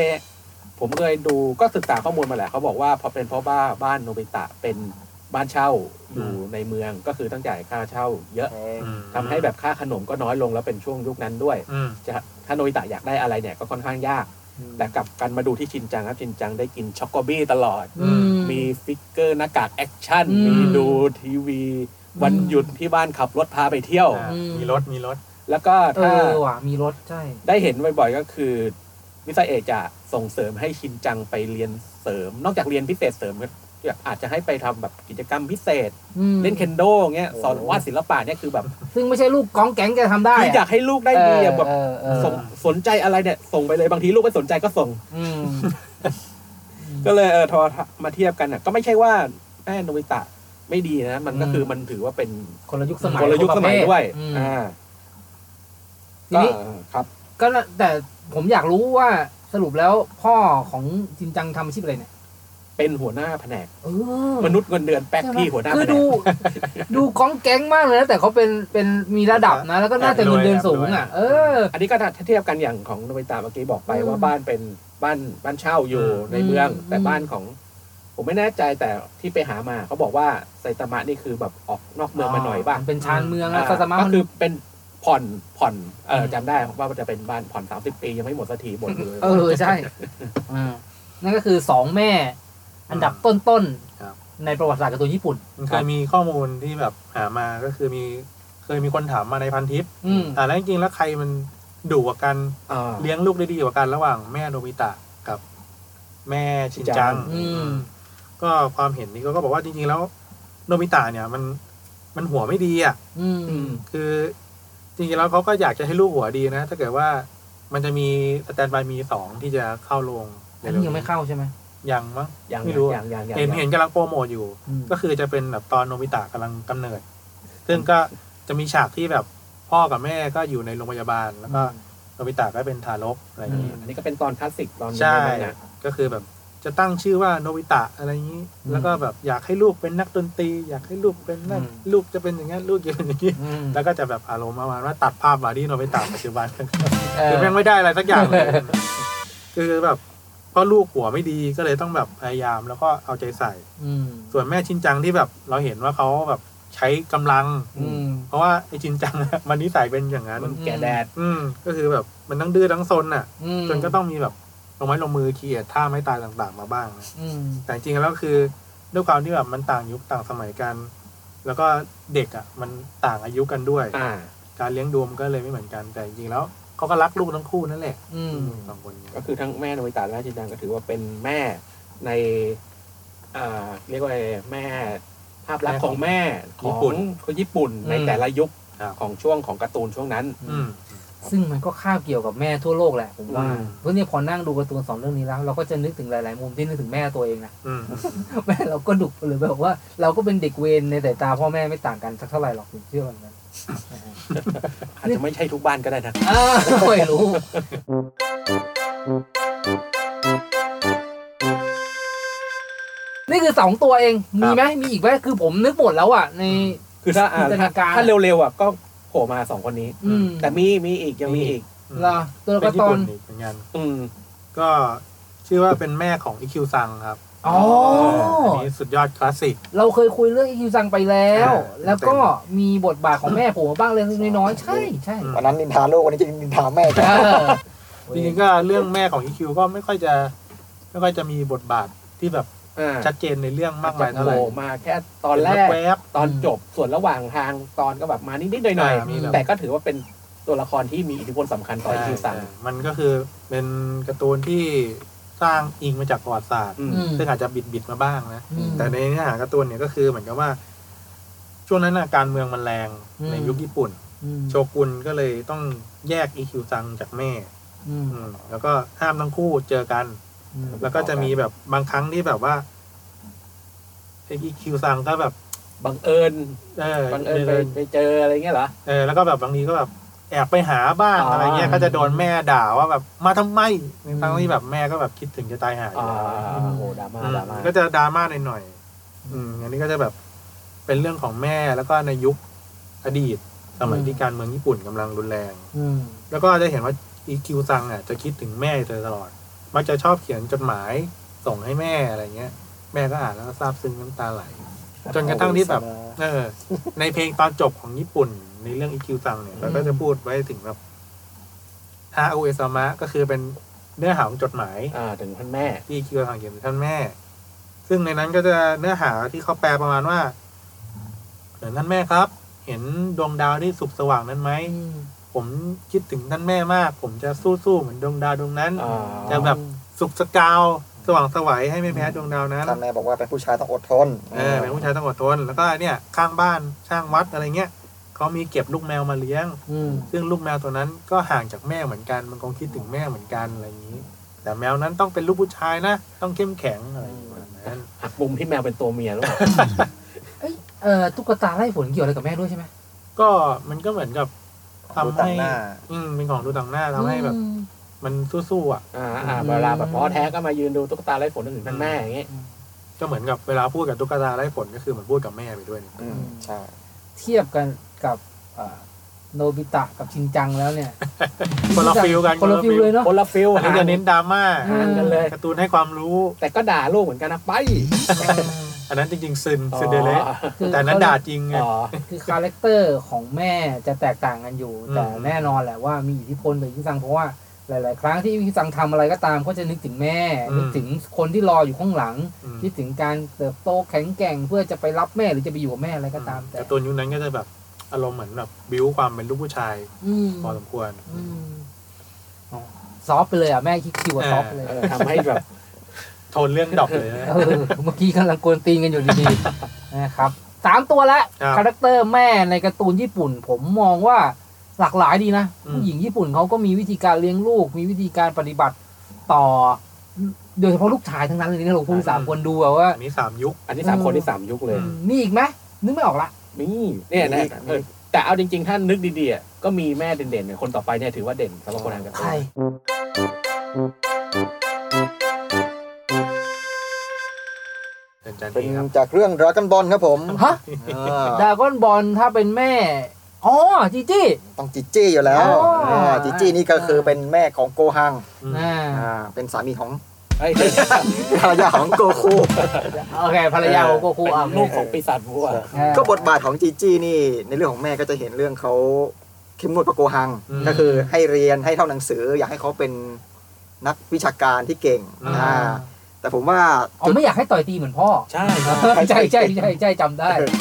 S4: ผมเคยดูก็ศึกษาข้อมูลมาแหละเขาบอกว่าพอเป็นเพราะว่าบ้านโนบิตะเป็นบ้านเช่าอยู่ในเมืองก็คือต้องจ่ายค่าเช่า เยอะทำให้แบบค่าขนมก็น้อยลงแล้วเป็นช่วงยุคนั้นด้วย
S5: อืม
S4: จะถ้าโนบิตะอยากได้อะไรเนี่ยก็ค่อนข้างยาก
S3: อืม
S4: แต่กลับกันมาดูที่ชินจังครับชินจังได้กินช็อกโกบี้ตลอด
S3: อืม
S4: มีฟิกเกอร์หน้ากากแอคชั่น
S3: อืม
S4: มีดูทีวี วันหยุดที่บ้านขับรถพาไปเที่ยว
S5: อ่ามีรถมีรถ
S4: แล้วก็
S3: เอ
S4: ถ้า
S3: อว่ะมีรถใช่
S4: ได้เห็นบ่อยๆก็คือมิซาเอะจะส่งเสริมให้ชินจังไปเรียนเสริม นอกจากเรียนพิเศษเสริมก็อาจจะให้ไปทำแบบกิจกรรมพิเศษ
S3: อืม
S4: เล่นเคนโดเงี้ยสอนวาดศิลปะเนี่ยคือแบบ
S3: ซึ่งไม่ใช่ลูกก้องแก๊งจะทำได้
S4: คืออยากให้ลูกได้ดีอะแบบ
S3: เออเออเออ
S4: ส่งสนใจอะไรเนี่ยส่งไปเลยบางทีลูกไม่สนใจก็ส่ง
S3: อืม
S4: ก็เลยเออทอมาเทียบกันอ่ะก็ไม่ใช่ว่าแม่โนบิตะไม่ดีนะ มันก็
S3: อืม
S4: คือมันถือว่าเป็น
S3: คนละยุคสมัย
S4: กลยุคสมัยด้วย
S3: อืม
S4: อ่า
S3: ที
S4: ก็
S3: นี้
S4: ครับ
S3: ก็แล้วแต่ผมอยากรู้ว่าสรุปแล้วพ่อของจินจังทำอาชีพอะไรเนี่ย
S4: เป็นหัวหน้าแผนก
S3: เออ
S4: มนุษย์เงินเดือนแป๊ก
S3: ใช่ไม
S4: พี่หัวหน้า
S3: คื
S4: แผ
S3: อน ดู
S4: ก
S3: ดูก้องแก๊งมากเลยนะแต่เขาเป็นเป็นมีระดับนะ แล้วก็น่าจะเงินเดือนสูงอ่ะ เออ
S4: อันนี้ก็ถ้าเทียบกันอย่างของโนบิตะเมื่อกี้บอกไป
S3: อืม
S4: ว่าบ้านเป็นบ้านบ้านเช่าอยู่
S5: อืม
S4: ในเมือง
S3: อืม
S4: แต่บ้านของ ผมไม่แน่ใจแต่ที่ไปหามาเขาบอกว่าไซตามะนี่คือแบบออกนอกเมืองมาหน่อยบ้าง
S3: เป็นชานเมือง
S4: อ่า
S3: อะซาซามะ
S4: ก็
S3: มัน
S4: คือเป็นผ่อนผ่อนเอออ
S3: ม
S4: จำได้ว่ามันจะเป็นบ้านผ่อนสามสิบปียังไม่หมดสักทีบ่นอยู่เลย
S3: เออใช่อ่านั่นก็คือสองแม่ อันดับต้น
S5: ครับ
S3: ๆในประวัติศาสตร์การ์ตูนญี่ปุ่น
S5: มันเคยมีข้อมูลที่แบบหามาก็คือมีเคยมีคนถามมาในพันทิป
S3: อืม
S5: อ่าแล้วจริงๆแล้วใครมันดุกว่ากัน
S4: อ่า
S5: เลี้ยงลูกได้ดีกว่ากันระหว่างแม่โนบิตะกับ แม่ชินจัง
S4: อื
S3: อืม
S5: ก็ความเห็นนี้ก็บอกว่าจริงๆแล้วโนบิตะเนี่ยมันมันหัวไม่ดีอ่ะ
S3: อืม
S4: อืม
S5: คือจริงๆแล้วเขาก็อยากจะให้ลูกหัวดีนะ ถ้าเกิดว่ามันจะมีสแตนบายมีสองที่จะเข้าลง
S3: อันนี้ยังไม่เข้าใช่ไหม
S5: ยังมั้ง
S4: อย่าง
S5: ไม่รู้
S4: อย่างอย่างอย่าง
S5: เห็นเห็นกำลังโปรโมทอยู่
S3: อืม
S5: ก็คือจะเป็นแบบตอนโนบิตะกำลังกำเนิด ซึ่งก็จะมีฉากที่แบบพ่อกับแม่ก็อยู่ในโรงพยาบาล แล้วก็โนบิตะก็เป็นทารกอะไรอย่างนี้
S4: อันนี้ก็เป็นตอนคลาสสิกตอนหนึง
S5: ใช่
S4: เหมือนกันนะ
S5: ก็คือแบบจะตั้งชื่อว่าโนบิตะอะไรอย่างนี้ แล้วก็แบบอยากให้ลูกเป็นนักดนตรี อยากให้ลูกเป็นนั่น
S2: อืม
S5: ลูกจะเป็นอย่างนั้นลูกจะเป็นอย่างนี้
S3: อืม
S5: แล้วก็จะแบบอารมณ์ประมาณว่าตัดภาพมาที่โนบิตะปัจจุบั น
S3: เออ
S5: คือแม่งไม่ได้อะไรสักอย่างเลย คือแบบเพราะลูกหัวไม่ดีก็เลยต้องแบบพยายามแล้วก็เอาใจใส่
S3: อืม
S5: ส่วนแม่ชินจังที่แบบเราเห็นว่าเขาแบบใช้กำลัง
S3: อืม
S5: เพราะว่าไอ้ชินจังอะ มันนิสัยเป็นอย่างนั้น
S4: มันแก่แดด
S5: อืมก็คือแบบมันทั้งดื้อทั้งซนอ่ะ
S3: อืม
S5: จนก็ต้องมีแบบลงไม้ลงมือเคียดท่าไม้ตายต่างๆ มาบ้างนะ
S3: อืม
S5: แต่จริงๆแล้วคือ ด้วยความที่แบบมันต่างยุคต่างสมัยกัน แล้วก็เด็กอ่ะ มันต่างอายุกันด้วย
S4: อ่า
S5: การเลี้ยงดูมันก็เลยไม่เหมือนกัน แต่จริงๆแล้วเขาก็รักลูกทั้งคู่นั่นแหละ
S3: อืม
S5: สองคนนี้
S4: ก็คือทั้งแม่โนบิตะและจินจังก็ถือว่าเป็นแม่ในอ่าเรียกว่าอะไรแม่ภาพลักษณ์ของแม่ข
S5: ญี่
S4: อง
S5: ปุ่น
S4: คนญี่ปุ่นใน
S3: อืม
S4: แต่ละยุค
S5: ครับ
S4: ของช่วงของการ์ตูนช่วงนั้น
S5: อืม
S3: ซึ่งมันก็คาบเกี่ยวกับแม่ทั่วโลกแหละผมว่า
S5: อืม
S3: เพราะเนี่ยพอนั่งดูการ์ตูนสองเรื่องนี้แล้ว เราก็จะนึกถึงหลาย ๆ มุมที่นึกถึงแม่ตัวเองนะ
S5: อืม
S3: แม่เราก็ดุหรือแบบว่า เราก็เป็นเด็กเวรในสายตาพ่อแม่ไม่ต่างกันสักเท่าไหร่หรอกผมเชื่อแบบนั้นนะฮะ
S4: อาจจะไม่ใช่ทุกบ้านก็ได้นะ
S3: อ้าวไม่รู้ นี่คือสองตัวเองมีไหมมีอีกไหมคือผมนึกหมดแล้วอ่ะใน
S4: คือถ้าอ่า
S3: จินตนาการ
S4: ถ้าเร็วๆอ่ะก็โผล่มาสองคนนี้
S3: อืม
S4: แต่มีมีอีกยังมีอีก
S3: เหรอตัวละ
S5: เป็
S3: ก็
S5: นญี่
S3: ตอ
S5: ปุ่
S3: น
S5: นอีกเหมือนกัน
S4: อืม
S5: ก็ชื่อว่าเป็นแม่ของอิคิวซังครับ
S3: อ๋อ
S5: อันนี้สุดยอดคลาสสิก
S3: เราเคยคุยเรื่องอีคิวซังไปแล้ว
S5: อ่า
S3: แล้วก็มีบทบาทของแม่ผมบ้างเล็กๆน้อยๆใช่ใช่
S2: วันนั้นนินทาโลกวันนี้จะนินทาแม่
S3: เอ
S2: จ้ะ
S3: อ
S5: จริงๆก็เรื่องแม่ของอิคิวก็ไม่ค่อยจะไม่ค่อยจะมีบทบาทที่แบบ
S4: อ่า
S5: ชัดเจนในเรื่องมากมายเท่าไหร่
S4: โผล่มาแค่ตอนแรก
S5: เห็บบวบ
S4: ตอนจบส่วนระหว่างทางตอนก็แบบมานิดๆหน่อย
S5: อ่ามีแบบ
S4: ๆแต่ก็ถือว่าเป็นตัวละครที่มีอิทธิพลสำคัญต่ออิคิวซัง
S5: ใช่มันก็คือเป็นการ์ตูนที่สร้างอิงมาจากประวัติศาสตร์
S4: อืม
S3: อืม
S5: ซึ่งอาจจะบิดบิดๆมาบ้างนะ
S3: อืม
S5: แต่ในเนื้อหาการ์ตูนเนี่ยก็คือเหมือนกับว่า ช่วงนั้นนะการเมืองมันแรง
S3: อืม
S5: ในยุคญี่ปุ่น
S3: อืม
S5: โชกุนก็เลยต้องแยกอีคิวซังจากแม่
S3: อืม
S5: อืมแล้วก็ห้ามทั้งคู่เจอกัน
S3: อืม
S5: แล้วก็จะมีแบบบางครั้งที่แบบว่าไอีคิวซังก็แบบ
S4: บังเอิญ
S5: เออ
S4: บังเอิญไปไปเจออะไรเงี้ยเหรอ
S5: เออแล้วก็แบบบางทีก็แบบแอบไปหาบ้าง
S4: อ๋ออ
S5: อะไรเงี้ยก็จะโดนแม่ด่าว่าแบบมาทำไม
S3: อืม
S5: ทั้งที่แบบแม่ก็แบบคิดถึงจะตายหาอยู่
S4: อ่า
S5: แล้ว
S4: โอ้โหดราม่าดราม่า
S5: ก็จะดราม่าหน่อยๆอืมอันนี้ก็จะแบบเป็นเรื่องของแม่แล้วก็ในยุคอดีตสมัยที่การเมืองญี่ปุ่นกำลังรุนแรง
S3: อืม
S5: แล้วก็จะเห็นว่าอีคิวซังอ่ะจะคิดถึงแม่เธอตลอด มักจะชอบเขียนจดหมายส่งให้แม่อะไรเงี้ย แม่ก็อ่านแล้วก็ซาบซึ้งน้ำตาไหล จนกระทั่งที่แบบ เออ ในเพลงตอนจบของญี่ปุ่น ในเรื่องอีคิวซังเนี่ยเราก็จะพูดไว้ถึงแบบฮาอุเอซามะก็คือเป็นเนื้อหาของจดหมาย
S4: อ่าถึงท่านแม่
S5: ที่อีคิวซังเขียนถึงท่านแม่ ซึ่งในนั้นก็จะเนื้อหาที่เขาแปลประมาณว่าเหมือนท่านแม่ครับ เห็นดวงดาวที่สุกสว่างนั้นไหม
S3: อืม
S5: ผมคิดถึงท่านแม่มาก ผมจะสู้ๆเหมือนดวงดาวดวงนั้น
S4: อ๋อ
S5: จะแบบสุขสกาว สว่างสวัยให้ไม่แพ้ดวงดาวนั้น
S2: ท่านแม่บอกว่าเป็นผู้ชายต้องอดทน
S5: เออเป็นผู้ชายต้องอดทน แล้วก็เนี่ยข้างบ้านช่างวัดอะไรเงี้ยเขามีเก็บลูกแมวมาเลี้ยง
S3: อืม
S5: ซึ่งลูกแมวตัวนั้นก็ห่างจากแม่เหมือนกัน มันคงคิดถึงแม่เหมือนกันอะไรอย่างนี้ แต่แมวนั้นต้องเป็นลูกผู้ชายนะ ต้องเข้มแข็งอะไรอย่างนั้น
S4: หักมุมที่แมวเป็นตัวเมียหรือเปล่า
S3: เอ่อตุ๊กตาไล่ฝนเกี่ยวอะไรกับแม่ด้วยใช่ไหม
S5: ก็มันก็เหมือนกับทำ
S2: ดูต่า
S5: ให้
S2: งหน้า
S5: อืมเป็นของดูต่างหน้าทำให้แบบ
S3: อืม
S5: มันสู้ๆอ่ะ
S4: อ่าอ่าเวลาแบบพ่อแท้ก็มายืนดูตุ๊กตาไร้ผลนึกถึงท่านแม่อย่างเงี้ย
S5: ก็เหมือนกับเวลาพูดกับตุ๊กตาไร้ผลก็คือเหมือนพูดกับแม่ไปด้วยเนี่ย
S2: อืมใช่
S3: เทียบกันกับเอ่อโนบิตะกับชินจังแล้วเนี่ย
S5: คนละฟิลกัน
S3: คนละฟิลเลยเนาะ
S4: คนละฟิล
S5: อันนี้
S4: ห่าง
S5: จะเน้นดราม่า
S3: อืม
S4: ห่างกันเลย
S5: การ์ตูนให้ความรู้
S4: แต่ก็ด่าลูกเหมือนกันนะไป
S5: อันนั้นจริงๆซึนซึนเดอเรลล่า
S4: อ๋อ
S3: คือ
S5: แต่อันนั้นด่าจริงไง
S4: อ๋อ
S3: คือคาแรคเตอร์ของแม่จะแตกต่างกันอยู่
S5: อืม
S3: แต่แน่นอนแหละว่ามีอิทธิพลต่อยิงซังเพราะว่าหลาย ๆ ครั้งที่ยิงซังทำอะไรก็ตามก็จะนึกถึงแม่ นึกถึงคนที่รออยู่ข้างหลัง
S5: อืม
S3: คิดถึงการเติบโตแข็งแกร่งเพื่อจะไปรับแม่หรือจะไปอยู่กับแม่อะไรก็ตามแต่
S5: การ์ตูนยุคนั้นก็จะแบบอารมณ์เหมือนแบบบิวความเป็นลูกผู้ชาย
S3: อืม
S5: พอสมควร
S3: อืมอ๋อซอฟต์ไปเลยอ่ะแม่คิดคิวอะซอฟต์ไปเลย
S4: เออทำให้แบบ
S5: ทนเรื่องดอกเลยนะ
S3: เออเมื่อกี้กำลังกวนตีนกันอยู่ดีๆ นะครับสามตัวละ
S5: ครับ
S3: คาแรคเตอร์แม่ในการ์ตูนญี่ปุ่น ผมมองว่าหลากหลายดีนะ
S5: อืม
S3: ผู้หญิงญี่ปุ่นเขาก็มีวิธีการเลี้ยงลูก มีวิธีการปฏิบัติต่อ โดยเฉพาะลูกชายทั้งนั้นเลยนะหลวงพ่อสามคนดูแบบว่า
S5: อันนี้สามยุค
S4: อันที่สาม
S3: เออ
S4: คนที่สามยุคเลย
S5: อืม
S3: มีอีกไหมนึกไม่ออกละ
S4: นี่เนี่ย
S2: มี
S4: นะ
S2: อีก
S4: เออแต่เอาจริงๆ ถ้านึกดีๆอ่ะก็มีแม่เด่นๆเนี่ยคนต่อไปเนี่ยถือว่าเด่นสำหรับคนอ่านกับ
S3: ใคร
S5: เป็นจัน
S2: เป็น
S5: ทีครับ
S2: จากเรื่องดราก้อนบอลครับผม
S3: ฮะ
S2: อ่
S3: ดรา
S2: า
S3: ก้อนบอลถ้าเป็นแม่ อ๋อจีจี้
S2: ต้องจิจี้อยู่แล้ว
S3: อ๋ออ่
S2: าจิจี้นี่ก็คือเป็นแม่ของโกฮัง
S3: อ่า
S2: อ่าเป็นสามีของ
S4: เอ้ยเป็น
S2: ภรรยาของโกคู
S3: โอเคภรรยาของโกคูอ่ะ
S4: ลูกของปีศาจวัว
S3: อ่า
S2: ก็บทบาทของจิจี้นี่ ในเรื่องของแม่ก็จะเห็นเรื่องเขาเข้มงวดกว่าโกฮัง
S5: อืม
S2: ก็คือให้เรียนให้เท่าหนังสือ อยากให้เขาเป็นนักวิชาการที่เก่ง
S5: อ่า
S2: อ่าแต่ผมว่า
S3: อ๋อ
S2: จุด
S3: ไม่อยากให้ต่อยตีเหมือนพ่อ
S4: ใช่
S3: ใช่ใช่ใช่ใช่จำได้
S2: เออ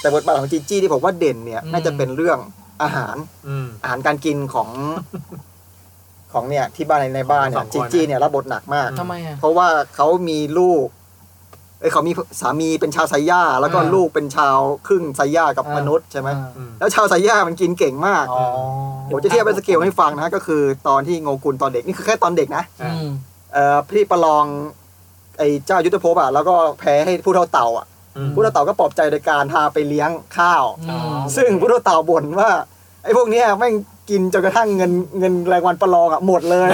S2: แต่บทบาทของจีจี้ที่ผมว่าเด่นเนี่ย
S3: อืม
S2: น่าจะเป็นเรื่องอาหาร
S5: อืม
S2: อาหารการกินของ ของเนี่ยที่บ้านในในบ้านเนี่
S5: สอย งคน
S2: จีจี้เนี่ยรับบทหนักมาก
S5: อื
S3: ทำไมอ่ะ
S2: เพราะว่าเขามีลูกเอ้ยเขามีสามีเป็นชาวไซย่า แล้วก็
S3: อ่า
S2: ลูกเป็นชาวครึ่งไซย่ากับ
S3: อ่าม
S2: มนุษย์ใช่ไหม
S5: อืม
S2: แล้วชาวไซย่ามันกินเก่งมาก
S3: อ๋อ
S2: ผมจะเทียบเป็นสเกลให้ฟังนะก็คือตอนที่โงกุลตอนเด็กนี่คือแค่ตอนเด็กนะ
S3: อืม
S2: เอ่อพี่ประลองไอ้เจ้ายุทธภพอ่ะแล้วก็แพ้ให้ผู้เท่าเต่าอ่ะ
S5: อืม
S2: ผู้เท่าเต่าก็ปลอบใจโดยการพาไปเลี้ยงข้าว
S3: อืม
S2: ซึ่งพุทธเต่าบ่นว่า ไอ้พวกเนี้ยแม่งกินจนกระทั่งเงินเงินรายวันประลองอ่ะหมดเลย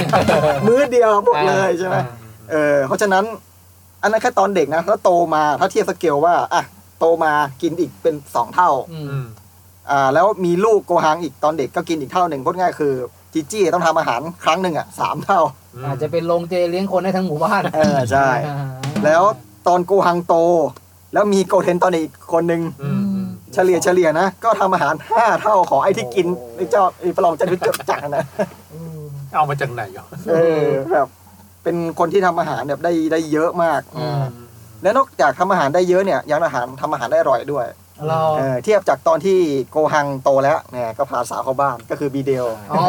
S2: มื้อเดียวหมดเลยใช่ไหม
S5: อ่า
S2: เออเพราะฉะนั้น อันนั้นแค่ตอนเด็กนะแล้วโตมาถ้าเทียบสเกลว่าอ่ะโตมากินอีกเป็นสองเท่า
S3: อื
S5: อื
S3: ม
S5: ม
S2: อ่าแล้วมีลูกโกหังอีกตอนเด็กก็กินอีกเท่าหนึ่งพูดง่ายคือจีจี้ต้องทำอาหารครั้งหนึ่งอ่ะสามเท่า
S5: อืม
S3: อาจจะเป็นโรงเจเลี้ยงคนได้ทั้งหมู่บ้าน
S2: เออใช่
S3: อ่า
S2: แล้วตอนโกหังโต แล้วมีโกเทนตอนอีกคนหนึ่ง
S5: อืมอืม
S2: เฉลี่ยเฉลี่ยนะก็ทำอาหารห้าเท่าของไอ้ที่กินไอ้เจ้าไอ้ประลองจันทร์จักรจักร นะ
S3: อืม
S5: เอามาจากไหนอ่ะ
S2: เออแบบเป็นคนที่ทำอาหารแบบได้ได้เยอะมาก
S3: อืม
S2: แล้วนอกจากทำอาหารได้เยอะเนี่ยยังอาหารทำอาหารได้อร่อยด้วย
S3: เรา
S2: เออเทียบจากตอนที่โกหังโตแล้วเนี่ยก็พาสาวเข้าบ้านก็คือบีเดล
S3: อ๋อ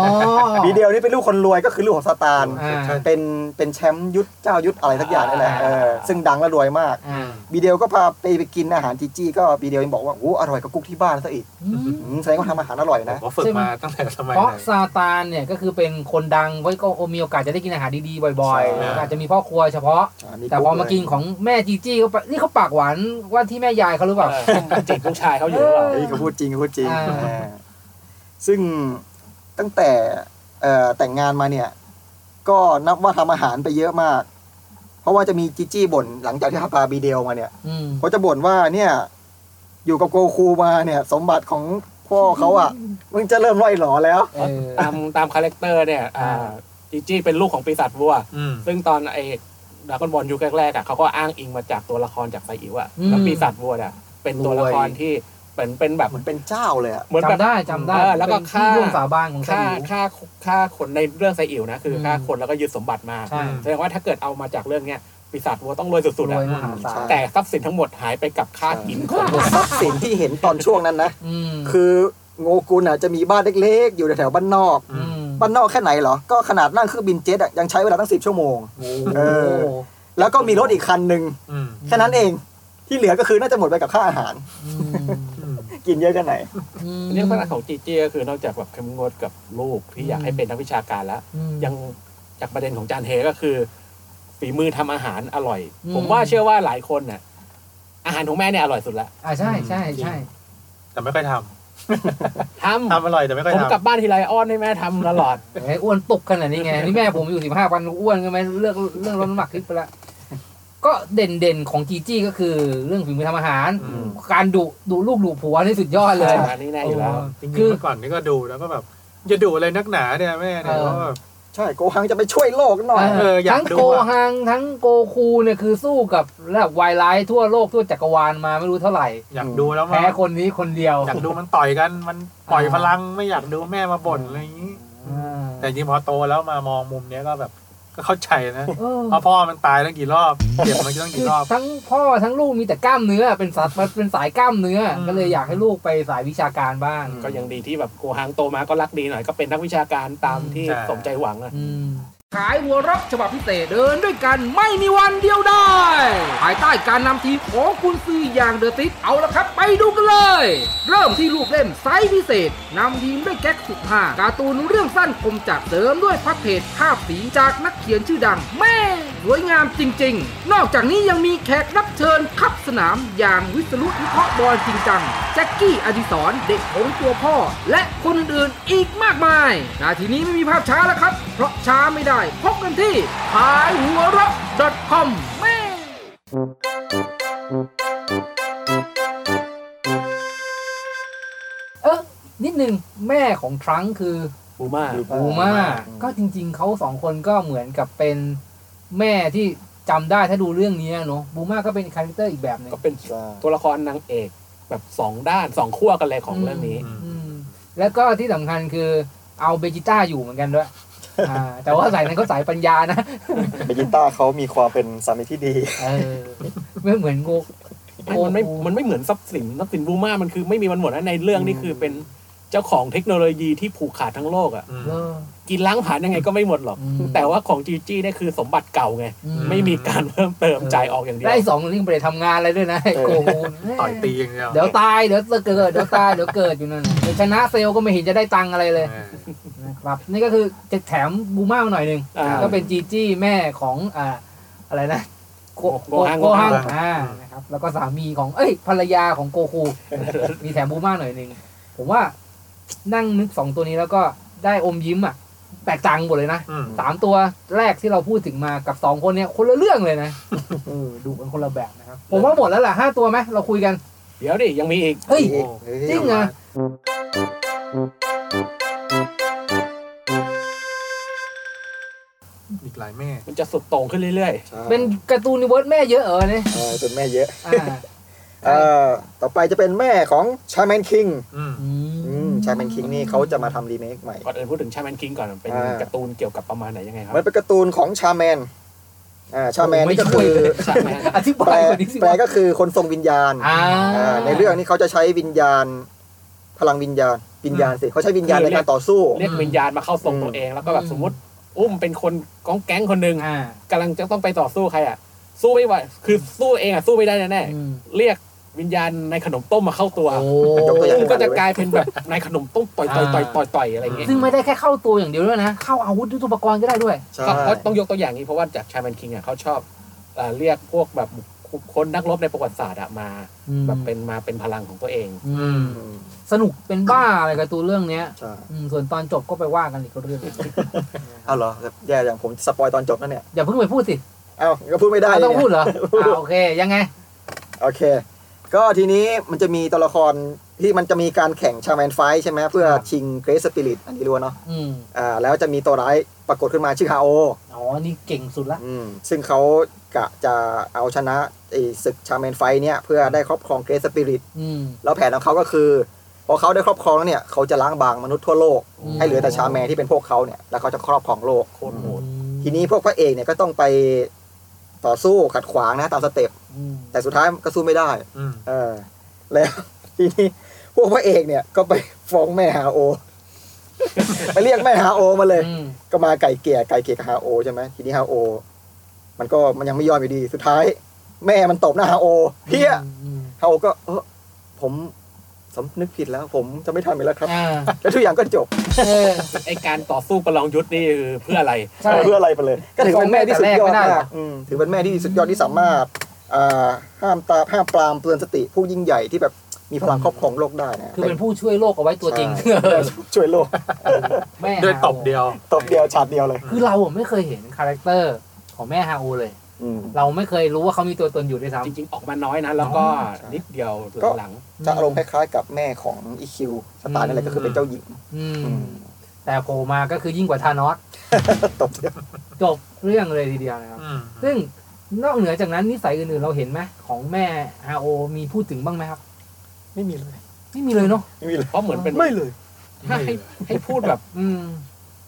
S2: บีเดลนี่เป็นลูกคนรวยก็คือลูกของซาตาน
S3: อ่า
S2: เป็นเป็นแชมป์ยุทธเจ้ายุทธอะไรทักอย่างนี่แหละเออซึ่งดังและรวยมาก
S3: อ่า
S2: บีเดลก็พาไปไปกินอาหารจีจี้ก็บีเดลยังบอกว่าโอ้อร่อยกว่ากุ๊กที่บ้านซะอีก
S3: อืม
S2: อืมแสดงว่าทำอาหารอร่อย
S5: ผม
S2: นะ
S5: ก็ฝึก
S3: ใช่ไหม
S5: มาตั้งแต่สมัย
S3: เพราะ
S5: ไหน
S3: ซาตานเนี่ยก็คือเป็นคนดังเพราะก็มีโอกาสจะได้กินอาหารดีๆ บ่อย
S5: ใช่
S3: ๆ อาจจะมีพ่อครัวเฉพาะ
S2: อ่
S3: แต่พอมากินของแม่จีจี้เขาไปนี่เขาปากหวานว่าที่แม่ยายเขาหรือเปล่า
S4: จิตลูกชายเขาอยู่หรือเปล่า
S2: เฮ้ยเขาพูดจริงเขาพูดจริง
S3: อ่า
S2: เออซึ่งตั้งแต่เอ่อแต่งงานมาเนี่ย ก็นับว่าทำอาหารไปเยอะมาก เพราะว่าจะมีจิจี้บ่นหลังจากที่เขาพาบีเดลมาเนี่ย
S3: อืม
S2: เขาจะบ่นว่าเนี่ย อยู่กับโกคูมาเนี่ย สมบัติของพ่อเขาอ่ะมึงจะเริ่มร่อยหรอแล้ว
S3: เออ
S4: ตามตามคาแรคเตอร์เนี่ยอ่า
S3: อ่า
S4: จีจี้เป็นลูกของปีศาจวัว
S5: อืม
S4: ซึ่งตอนไอ้ดราก้อนบอลยุคแรกๆอ่ะเขาก็อ้างอิงมาจากตัวละครจากไซอิวอ่ะ
S3: อืม
S4: แล้วปีศาจวัวอ่ะเป็นตัวละครที่เป็นเป็นแบบ
S2: เหมือนเป็นเจ้าเลยอ่ะ
S4: เหมือนแบบ
S3: จำได้จำได้
S4: เออแล้วก็
S3: เป็นที่
S4: ฆ่า
S3: ร่วมสาบานของซา
S4: ฆ่า
S3: อิว
S4: ฆ่าฆ่าคนในเรื่องไซอิวนะคืออ
S3: ม
S4: ฆ่าคนแล้วก็ยึดสมบัติมา
S3: ใช่
S4: แสดงว่าถ้าเกิดเอามาจากเรื่องเนี้ยปีศาจวัวต้องรวยสุดๆ
S3: รว
S4: อ่ะ
S3: ยมหาศาล
S4: แต่ทรัพย์สินทั้งหมดหายไปกับค่ากินของ
S2: ทรัพย์สินที่เห็นตอนช่วงนั้นนะ
S3: อืม
S2: คือโงกุลอ่ะจะมีบ้านเล็กๆ อยู่แถวๆบ้านนอก
S3: อืม
S2: บ้านนอกแค่ไหนเหรอ ก็ขนาดนั่งเครื่องบินเจ็ตอ่ะยังใช้เวลาตั้งสิบชั่วโมง เออ แล้วก็มีรถอีกคันหนึ่ง
S5: อืม
S2: แค่นั้นเองที่เหลือก็คือน่าจะหมดไปกับค่าอาหาร
S3: อืม
S5: อืม
S2: กินเยอะกันไหน
S4: เรื่องลักษณะของจีจี้ก็คือนอกจากแบบเข้มงวดกับลูกที่อยากให้เป็นนักวิชาการแล้ว
S3: อืม
S4: ยังจากประเด็นของจานเฮก็คือฝีมือทำอาหารอร่อย
S3: อืม
S4: ผมว่าเชื่อว่าหลายคนน่ะ อาหารของแม่เนี่ยอร่อยสุดละ
S3: อ่าใช่ใช่ใช่
S5: แต่ไม่ค่อยท
S4: ท
S5: ำทำอร่อยแต่ไม่ค่อย
S4: ำผม
S5: ทำ
S4: กลับบ้านทีไรอ้อนให้แม่ทำตลอด
S3: ไอ้อ้วนตุกขนาดนี้ไง นี่แม่ผมอยู่สิบห้าวันอ้วนกันไหมเรื่องเรื่องลดน้ำหนักขึ้นไปละก็เด่นเด่นๆของจีจี้ก็คือเรื่องฝีมือทำอาหาร
S5: อืม
S3: การดุดุลูกดุผัวนี่สุดยอดเลย
S4: อันนี้แน่อยู่แล้ว
S5: จริงๆ
S3: คือ
S5: เมื่อก่อนนี่ก็ดูแล้วก็แบบจะดูอะไรนักหนาเนี่ยแม่เนี่ย
S3: เออ
S5: เพราะแบบ
S2: ใช่โกหังจะไปช่วยโลกหน่อย
S5: เอออยาก
S3: ทั้ง
S5: ดู
S3: โก
S5: อะ
S3: ฮังทั้งโกคูเนี่ยคือสู้กับระดับวายไลท์ทั่วโลกทั่วจักรวาลมาไม่รู้เท่าไหร่
S5: อยากดูแล้วมา
S3: แพ้คนนี้คนเดียว
S5: อยากดูมันต่อยกัน มันปล่อยพลังไม่อยากดูแม่มาบ่นอะไรอย่างนี้
S3: อ่า
S5: แต่จริงพอโตแล้วมามองมุมเนี้ยก็แบบ ก็เข้าใจนะ
S3: เออ
S5: เพราะพ่อมันตายตั้งกี่รอบเจ็บมันตั้ง
S3: คื
S5: กี่
S3: อ
S5: รอบ
S3: ทั้งพ่อทั้งลูกมีแต่กล้ามเนื้อเป็นสายเป็นสายกล้ามเนื้ออ
S5: ม
S3: ก็เลยอยากให้ลูกไปสายวิชาการบ้าง
S4: ก็ยังดีที่แบบโกฮังโตมาก็รักดีหน่อย ก็เป็นนักวิชาการตามที่
S5: ใช่
S4: สมใจหวังอะ
S3: อืม ขายวัวรับฉบับพิเศษเดินด้วยกันไม่มีวันเดียวได้ ภายใต้การนำทีมของคุณซืออย่างเดอะติกเอาละครับไปดูกันเลย เริ่มที่รูปเล่มไซส์พิเศษนำทีมด้วยแก๊กสุดหาการ์ตูนเรื่องสั้นคมจัดเสริมด้วยพับเพจภาพสีจากนักเขียนชื่อดัง แม่สวยงามจริง ๆ นอกจากนี้ยังมีแขกรับเชิญขับสนามอย่างวิศรุวิเคราะห์บอลจริงจัง แจ็คกี้อดิศรเด็กของตัวพ่อ และคนอื่นๆอีกมากมายนาทีนี้ไม่มีภาพช้าแล้วครับ เพราะช้าไม่ได้ พบกันที่ขายหัวเราะ .com แม่ เออนิดนึงแม่ของทรังค์คือ
S4: บูมา
S3: ปูมา
S2: อืม
S3: ก็จริง ๆ เขาสองคนก็เหมือนกับเป็นแม่ที่จำได้ถ้าดูเรื่องนี้เนอะบูมาก็เป็นคาแรคเตอร์อีกแบบหนึง
S4: ก็เป็น
S2: ใช่
S4: ตัวละครนางเอกแบบสองด้านสองขั้วกันเลยของเรื่องนี้
S3: อืมแล้วก็ที่สำคัญคือเอาเบจิต้าอยู่เหมือนกันด้วยอ่าแต่ว่าสายนั้นเขาสายปัญญานะ
S2: เบจิต้าเขามีความเป็นสามีที่ดี
S3: เออไม่เหมือนโกโก
S4: มันไม่ มันไม่เหมือนทรัพย์สินทรัพย์สินบูมามันคือไม่มีวันหมดนะในเรื่องนี่คือเป็นเจ้าของเทคโนโลยีที่ผูกขาดทั้งโลกอ่ะ
S5: อืม
S3: เออ
S4: กินล้างผ่านยังไงก็ไม่หมดหรอก
S3: อืม
S4: แต่ว่าของจีจี้เนี่ยคือสมบัติเก่าไง
S3: อื
S5: ม
S4: ไม่มีการเพิ่มเติมจ่ายออกอย่างเดีย
S3: ได้
S4: ว
S3: สองคนนี้ไปทำงานอะไรด้วยนะไอ้โกโกเนี่ย
S5: ต่อยตีอย่างเดียว
S3: เดี๋ยวตายเดี๋ยวเกิดเดี๋ยวตายเดี๋ยวเกิดอยู่นั่นน่ะเดี๋ยวชนะเซลล์ก็ไม่เห็นจะได้ตังค์อะไรเลย
S5: เออ
S3: นะครับนี่ก็คือจะแถมบูมามาหน่อยหนึ่ง
S4: อ่า
S3: ก็เป็นจีจี้แม่ของอ่าอะไรนะโก
S4: โกฮัง
S3: โกฮัง
S5: โกฮัง
S3: อ่านะครับแล้วก็สามีของเอ้ยภรรยาของโกคู มีแถมบูมาหน่อยหนึ่งผมว่านั่งนึกสองตัวนี้แล้วก็ได้อมยิ้มอ่ะแตกต่างหมดเลยนะ
S5: อืม
S3: สามตัวแรกที่เราพูดถึงมากับสองคนเนี่ยคนละเรื่องเลยนะเออดูกันคนละแบบนะครับผมว่าหมดแล้วล่ะห้าตัวไหมเราคุยกัน
S4: เดี๋ยวดิยังมีอีก
S3: เฮ้ย
S5: โอ้
S3: จริงเหรอ
S5: อีกหลายแม่
S4: มันจะสุดโต่งขึ้นเรื่อย
S2: ใช่
S3: เป็นการ์ตูนในเวิร์ดแม่เยอะเออเนี่ย
S2: เออเป็นแม่เยอะ
S3: อ่า
S2: เอ่อต่อไปจะเป็นแม่ของชาแมนคิง
S5: อืม
S3: อืม
S2: ชาแมนคิงนี่เขาจะมาทำรีเมคใหม่
S4: ๆ ก่อนอื่นพูดถึงชาแมนคิงก่อนเป็น
S2: อ่า
S4: การ์ตูนเกี่ยวกับประมาณไหนยังไงครับ
S2: มันเป็นการ์ตูนของชาแมนอ่าชาแมนนี่ก็
S3: โอ้
S2: คื
S3: โห
S2: อ
S3: ไม่ช่วยเลย
S4: ใช่ไหมฮะ
S3: อธิบา
S2: แปล
S3: ยกว่านี้สิ
S2: แปล
S3: วะ
S2: ก็คือคนทรงวิญญาณ
S3: อ่า
S2: อ่าในเรื่องนี้เขาจะใช้วิญญาณ พลังวิญญาณวิญญาณสิเขาใช้วิญญาณในการต่อสู้
S4: เรียกวิญญาณมาเข้าทรงตัวเอง แล้วก็แบบสมมติ อุ้มเป็นคนก้องแก๊งคนหนึ่ง
S3: อ่าก
S4: ำลังจะต้องไปต่อสู้ใครอ่ะ สู้ไม่ไหวคือสู้เองอ่ะสู้ไม่ได้แน่
S3: อืม
S4: ๆเรียกวิญญาณในขนมต้มมาเข้าตัว
S3: โอ้
S2: ยกตัวอย่า
S4: ซึ่งก็จะกลายเป็นแบบในขนมต้มต่อยต่อยต่อยต่อยต่อยอะไรอย่างเงี้ย
S3: ซึ่งไม่ได้แค่เข้าตัวอย่างเดียวด้วยนะ เข้าอาวุธยุทโธปกรณ์ก็ได้ด้วย
S2: ใช่
S4: ก็เพราะต้องยกตัวอย่างนี้เพราะว่าจากชาแมนคิงอ่ะเขาชอบเอ่อเรียกพวกแบบคนนักรบในประวัติศาสตร์อ่ะมาแบบเป็นมาเป็นพลังของตัวเอง
S3: อื
S5: อื
S3: ม
S5: ม
S2: อืม
S3: สนุกเป็นบ้าอะไรกับตัวเรื่องเนี้ย
S2: ใช่
S3: อืมส่วนตอนจบก็ไปว่ากันอีกเรื่อง
S2: เอาเหรอแย่อย่างผมสปอยตอนจบนั่นเนี่ย
S3: อย่าเพิ่งไปพู ดสิ
S2: เอ้าก็พูดไม่ได้
S3: ไม่ต้อง
S2: เนี่ย
S3: พูดเหรออ่าโอเค ยังไง
S2: โอเค ก็ทีนี้มันจะมีตัวละครที่มันจะมีการแข่งชาแมนไฟท์ใช่ไหมเพื่อ
S3: ครับ
S2: ชิงเกรสสปิริตอันนี้รู้เนาะ
S3: อืม
S2: อ่าแล้วจะมีตัวร้ายปรากฏขึ้นมาชื่อฮาโอ
S3: อ๋อนี่เก่งสุดละ
S2: อืมซึ่งเขากะจะเอาชนะไอ้ศึกชาแมนไฟท์เนี่ยเพื่อได้ครอบครองเกรสสปิริต
S3: อืม
S2: แล้วแผนของเขาก็คือ พอเขาได้ครอบครองแล้วเนี่ยเขาจะล้างบางมนุษย์ทั่วโลก
S3: อืม
S2: ให้เหลือแต่ชาแมนที่เป็นพวกเขาเนี่ยแล้วเขาจะครอบครองโลก
S4: โคตรโหด
S2: ทีนี้พวกพระเอกเนี่ยก็ต้องไปต่อสู้ขัดขวางนะตามสเต็ป
S3: อืม
S2: แต่สุดท้ายก็สู้ไม่ได้
S5: อืม
S2: เออแล้ว ทีนี้พวกพระเอกเนี่ยก็ไปฟ้องแม่ฮาโอ ไปเรียกแม่ฮาโอมาเลย
S3: อืม
S2: ก็มาไก่เกลี่ยไก่เกลี่ยกับฮาโอใช่ไหมทีนี้ฮาโอ มันก็มันยังไม่ยอมอยู่ดี สุดท้าย แม่มันตบหน้าฮาโอเฮีย
S3: อืม
S2: ฮาโอก็เออผมสำนึกผิดแล้ว ผมจะไม่ทำอีกแล้ว ครับ
S3: อ่า
S2: แล้วทุกอย่างก็จบ
S3: เออ
S4: ไอการต่อสู้ประลองยุทธ์นี่คือเพื่ออะไร
S3: ใช่
S2: เพื่ออะไรไปเลย ก็ถือเป็นแม่ที่สุดยอด
S3: แต่แรกไม่ได้หร
S2: มา
S3: อก ก
S2: อืมถือเป็นแม่ที่สุดยอดที่สามารถอ่าห้ามตามห้ามปรามเตือนสติผู้ยิ่งใหญ่ที่แบบมีพลังครอบครองโลกได้นะ
S3: คือเป็นผู้ช่วยโลกเอาไว้ตัวจริง
S2: ใช่ ช่วยโลก
S3: แม่
S5: ด้วย
S3: หา
S5: ตบเดียว
S2: ตบเดียวฉาดเดียวเลย
S3: คือเราอะไม่เคยเห็นคาแรคเตอร์ของแม่ฮาโอเลย
S2: อืม
S3: เราไม่เคยรู้ว่าเขามีตัวตนอยู่ด้วย
S4: จ
S3: ซ้ำ
S4: ริงๆ ออกมาน้อยนะ แล้วก็
S2: ใช่
S4: นิดเดียวหลัง
S2: จะอารมณ์คล้ายๆกับแม่ของอีคิวสไตล์นั่นแหละก็คือเป็นเจ้าหญิง
S3: อืม
S2: อืม
S3: แต่โผล่มาก็คือยิ่งกว่าธานอส
S2: ตบเดียว
S3: จบเรื่องเลยทีเดียวนะครับ
S5: อืม
S3: ซึ่งนอกเหนือจากนั้นนิสัยอื่นๆเราเห็นไหมของแม่ฮาโอมีพูดถึงบ้างไหมครับ
S2: ไม่มีเลย
S3: ไม่มีเลยเนาะ
S2: ไม่มีเลย
S4: ๆเพราะเหมือนเป็น
S2: ไม่เลย
S4: ถ้าให้ให้พูดแบบ
S3: อืม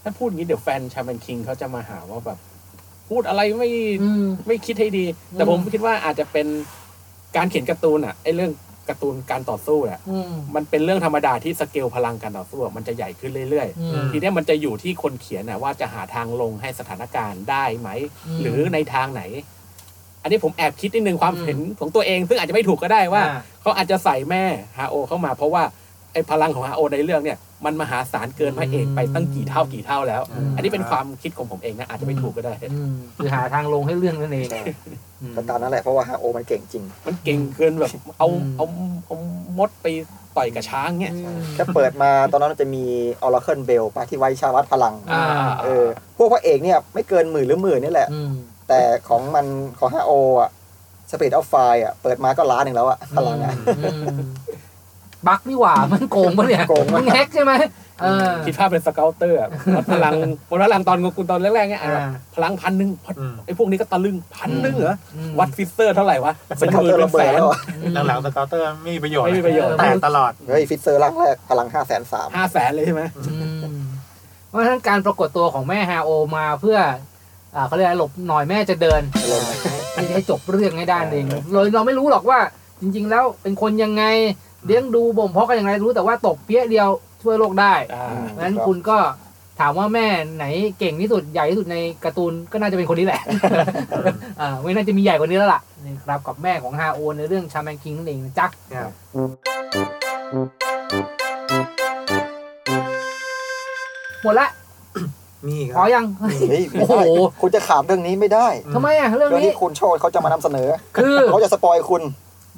S4: ถ้าพูดอย่างนี้เดี๋ยวแฟนชาแมนคิงเขาจะมาหาว่าแบบ พูดอะไรไม่
S3: อืม
S4: ไม่คิดให้ดี แต่
S3: อืม
S4: ผมคิดว่าอาจจะเป็นการเขียนการ์ตูนอ่ะไอเรื่อง การ์ตูนการต่อสู้แหละ
S3: อืม
S4: มันเป็นเรื่องธรรมดาที่สเกลพลังการต่อสู้อะมันจะใหญ่ขึ้นเรื่อย
S3: อืม
S4: ๆ ทีเนี้ยมันจะอยู่ที่คนเขียนนะว่าจะหาทางลงให้สถานการณ์ได้ไหม
S3: อืม
S4: หรือในทางไหน อันนี้ผมแอบคิดนิดนึงความ
S3: อืม
S4: เห็นของตัวเอง ซึ่งอาจจะไม่ถูกก็ได้ว่า
S3: อ่
S4: เขาอาจจะใส่แม่ฮาโอเข้ามาเพราะว่าไอ้พลังของฮาโอในเรื่องเนี่ย มันมหาศาลเกินพระเอกไปตั้งกี่เท่ากี่เท่าแล้ว
S5: อืม
S4: อันนี้เป็นความคิดของผมเองนะอาจจะไม่ถูกก็ได้
S3: อืมคือหาทางลงให้เรื่องนั่นเองอืม
S2: ก็ตามนั้นแหละเพราะว่าฮาโอมันเก่งจริง
S4: มันเก่งเกินแบบเอา
S3: อืม
S4: เอาเอามดไปต่อยกับช้างเนี่ย
S2: แค่เปิดมาตอนนั้นมันจะมีออร์เคิลเบลปะที่ไว้ชาวัดพลัง
S3: อ่า
S2: เออพวกพระเอกเนี่ยไม่เกินหมื่นหรือหมื่นนี่แหละ
S3: อืม
S2: แต่ของมันของฮาโออ่ะสปีดออฟไฟอ่ะเปิดมาก็ล้านหนึ่งแล้วอ่ะพลังอ่ะ
S3: อืมบักนี่หว่ามันโกงปะเนี่ย
S2: โกง
S3: มั
S2: ปะ
S3: นแฮกใช่ไหมเออ
S4: คิดภาพเป็นสเกลเตอร์อะมดพลังมดพลังตอนงกุลตอนแรกๆเนี่ยอ่ะ
S3: อ่า
S4: พลังพันหนึ่ง
S5: อืม
S4: ไอ้พวกนี้ก็ตะลึงพันหนึ่งเหรอ
S3: อืม
S4: วัดฟิสเซอร์เท่าไหร่วะ
S2: ส
S4: เป็น
S2: เก
S4: ห
S2: ล
S4: มื่
S2: เตอร์ระเบิ
S4: นเป็นแส
S2: ด
S4: น
S2: แล้วอะ
S5: หลังๆสเกาเตอร์ไม่มีประโยชน์
S4: ไม่มีประโยชน์
S5: แต่ตลอด
S2: เฮ้ยฟิตเซอร์ร่างแรกพลังห้าแสนสาม
S4: ห้าแสนเลยใช่ไหม
S3: อืมเพราะฉะนั้นการปรากฏตัวของแม่ฮาโอมาเพื่ออ่าเขาเรียกอะไรหลบหน่อยแม่จะเดิน
S2: หลบ
S3: ให้ให้จบเรื่องให้ได้เองเราเราไม่รู้หรอกว่าจริง ๆ แล้วเป็นคนยังไงเลี้ยงดูบ่มเพาะกันอย่างไรรู้แต่ว่าตกเปี้ยเดียวช่วยโลกได้
S4: อ่า
S3: เพราะฉะนั้นคุณก็ถามว่าแม่ไหนเก่งที่สุดใหญ่ที่สุดในการ์ตูนก็น่าจะเป็นคนนี้แหละ อ่าไม่น่าจะมีใหญ่กว่านี้แล้วล่ะนี่ครับกับแม่ของฮาโอในเรื่องชาแมนคิงนั่นเองนะจัก
S5: ครับ
S3: หมดละ
S5: นี่ค
S3: พอ
S5: รับ
S3: ยัง
S2: เฮ้ยไม่
S3: โอ้
S2: ได้
S3: โห
S2: คุณจะขาดเรื่องนี้ไม่ได้
S3: ทำไมอ่ะเรื่อง
S2: เรื่อง
S3: นี้
S2: ที่คุณโชว์เขาจะมานำเสนอ
S3: คือ
S2: เขาจะสปอยคุณ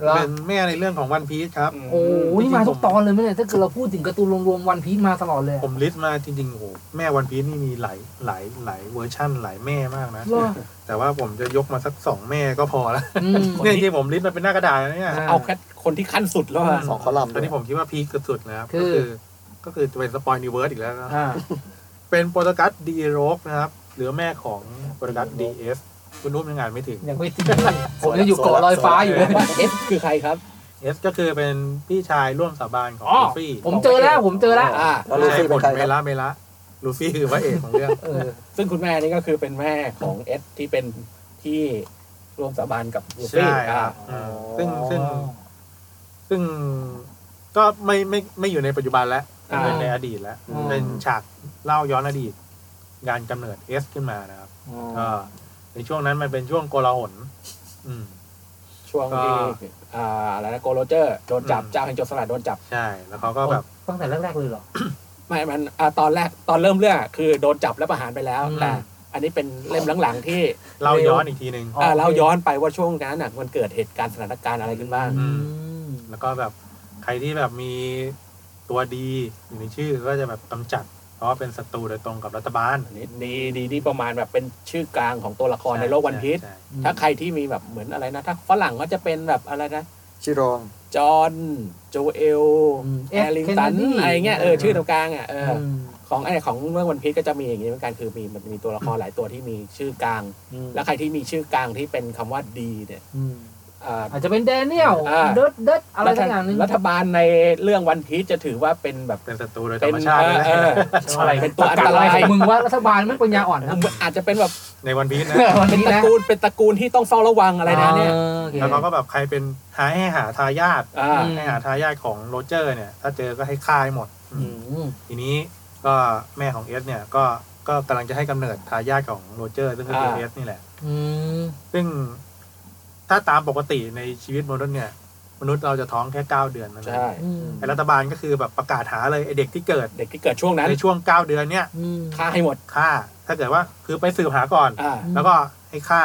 S3: เหรอ
S5: เป็นแม่ในเรื่องของวันพีชครับ
S3: โอ้
S5: จริ
S3: นี่
S5: งๆ
S3: มา
S5: ผม
S3: ทุกตอนเลยไหมเนี่ยถ้าเกิดเราพูดถึงการ์ตูนรวมๆวันพีชมาตลอดเลย
S5: ผมลิสต์มาจริงๆโอ้โหแม่วันพีชนี่มีหลายหลายหลายเวอร์ชั่นหลายแม่มากนะ
S3: เหรอ
S5: แต่ว่าผมจะยกมาสักสองแม่ก็พอละ
S3: อืม
S5: เนี่ยจริงๆผมลิสต์มาเป็นหน้ากระดาษนะเนี่ย
S4: เอาแค่คนที่ขั้นสุดแล้วอะ
S2: สองคอลัมน์ด้ว
S5: ต
S2: ย
S5: อนนี้ผมคิดว่าพีคสุดๆนะครับ
S3: คือ
S5: ก็คือก็คือจะเป็นสปอยนิเวิร์สอีกแล้วนะครับ
S3: อ่า
S5: เป็นโปรตกัสดีโรกนะครับ หรือแม่ของโปรตกัสดีเอสคุณนุ่มยังงานไม่ถึง
S3: ยังไม่ถึงผมยังอยู่เกาะลอยฟ้าอยู่เลย
S4: เอฟคือใครครับ
S5: เอสก็คือเป็นพี่ชายร่วมสาบานของ
S4: อ๋อ
S5: ลูฟี่
S3: ผมเจอแล้วผมเจอแล้ว
S4: อ่า
S2: แล้วลูฟี่
S5: ผ
S2: เป็น
S5: ล
S2: ใคร
S5: เม
S2: ครับ
S5: ล่าเมล่าลูฟี่คือพระเอกของเรื่อง
S3: เออ
S4: ซึ่งคุณแม่นี่ก็คือเป็นแม่ของเอสที่เป็นที่ร่วมสาบานกับลูฟี่
S5: ใช่ค
S4: อ่า
S5: รับอืมซึ่งซึ่งซึ่งก็ไม่ไม่ไม่อยู่ในปัจจุบันแล้ว
S3: อ่า
S5: เป็นในอดีตแล้ว
S3: อืม
S5: เป็นฉากเล่าย้อนอดีตการกำเนิดเอสขึ้นมานะครับ ก็ในช่วงนั้นมันเป็นช่วงโกลาหลอืม
S4: ช่วงที่
S5: ก็
S4: อ่าอะไรนะโกโรเจอร์โดนจับ
S5: อืม
S4: เจ้าแห่งโจรสลัดโดนจับ
S5: ใช่ แล้วเขาก็แบบ
S3: ตั้งแต่แรกๆเลยเหรอ
S4: ไม่มันอ่าตอนแรกตอนเริ่มเรื่องอะคือโดนจับและประหารไปแล้ว
S3: อืม
S4: แต่อันนี้เป็นเล่มหลังๆที่
S5: เล่าย้อนอีกทีหนึ่ง
S4: อ่าเราย้อนไปว่าช่วงนั้นน่ะมันเกิดเหตุการณ์สถานการณ์อะไรขึ้นบ้าง
S5: อืม
S3: ม
S5: แล้วก็แบบใครที่แบบมีตัวดีอยู่ในชื่อก็จะแบบกำจัด เพราะว่าเป็นศัตรูโดยตรงกับรัฐบาล
S4: นี่ดีดีที่ประมาณแบบเป็นชื่อกลางของตัวละครในโลกวันพีช
S5: ใช่
S4: ถ้าใครที่มีแบบเหมือนอะไรนะ ถ้าฝรั่งก็จะเป็นแบบอะไรนะ
S2: ชิรอน
S4: จอห์นโจเอล
S3: ม
S4: แอลลิงตัน
S3: Kennedy
S4: อะไรเงี้ยเออชื่อตรงกลางอ่ะเอออ
S3: ม
S4: ของไอของเรื่องวันพีชก็จะมีอย่างนี้เหมือนกันคือมีมันมีตัวละครหลายตัวที่มีชื่อกลาง
S3: อืม
S4: แล้วใครที่มีชื่อกลางที่เป็นคำว่าดีเนี่ย
S3: อืม
S4: อ่า
S3: อาจจะเป็นแดเนียล
S4: อ่า
S3: เดิร์ดเดิร์ดอะไรสักอย่างหนึง
S4: รัฐบาลในเรื่องวันพีชจะถือว่าเป็นแบบ
S5: เป็นศัตรูโดยธร
S4: เป็น
S5: รมชาติ
S4: เอ
S5: นี่
S4: อ
S5: แหละ
S4: เอออะไรเป็นตัวอันต
S3: อะไร
S4: รา
S3: ขอย งมึงว่ารัฐบาลมันปัญญาอ่อนนะ
S4: อาจจะเป็นแบบ
S5: ในวันพีชนะ
S3: วัน
S4: เป็น
S3: นี้
S4: ตระ
S3: นะ
S4: กูลเป็นตระกูลที่ต้องเฝ้าระวังอะไรนะเนี่ย
S3: ออโอค
S5: แล้วเขาก็แบบใครเป็นหาให้หาทายาท
S4: อ่า
S3: ม
S5: ให้หาทายาทของโรเจอร์เนี่ย ถ้าเจอก็ให้ฆ่าให้หมดอื
S3: อื
S5: ม
S3: ม
S5: ทีนี้ก็แม่ของเอสเนี่ยก็ก็กำลังจะให้กำเนิดทายาทของโรเจอร์ ซึ่งก็คือ
S4: อ่า
S5: เอสนี่แหละ
S3: อืม
S5: ซึ่งถ้าตามปกติในชีวิตมนุษย์เนี่ย มนุษย์เราจะท้องแค่เก้าเดือนนะ
S4: ใช่
S3: อืม
S5: ไอ้รัฐบาลก็คือแบบประกาศหาเลยไอ้เด็กที่เกิด
S4: เด็กที่เกิดช่วงนั้น
S5: ในช่วงเก้าเดือนเนี่ย
S3: อืม
S4: ฆ่าให้หมด
S5: ฆ่า ถ้าเกิดว่าคือไปสืบหาก่อน
S4: อ่า
S3: ม
S5: แล้วก็ให้ฆ่า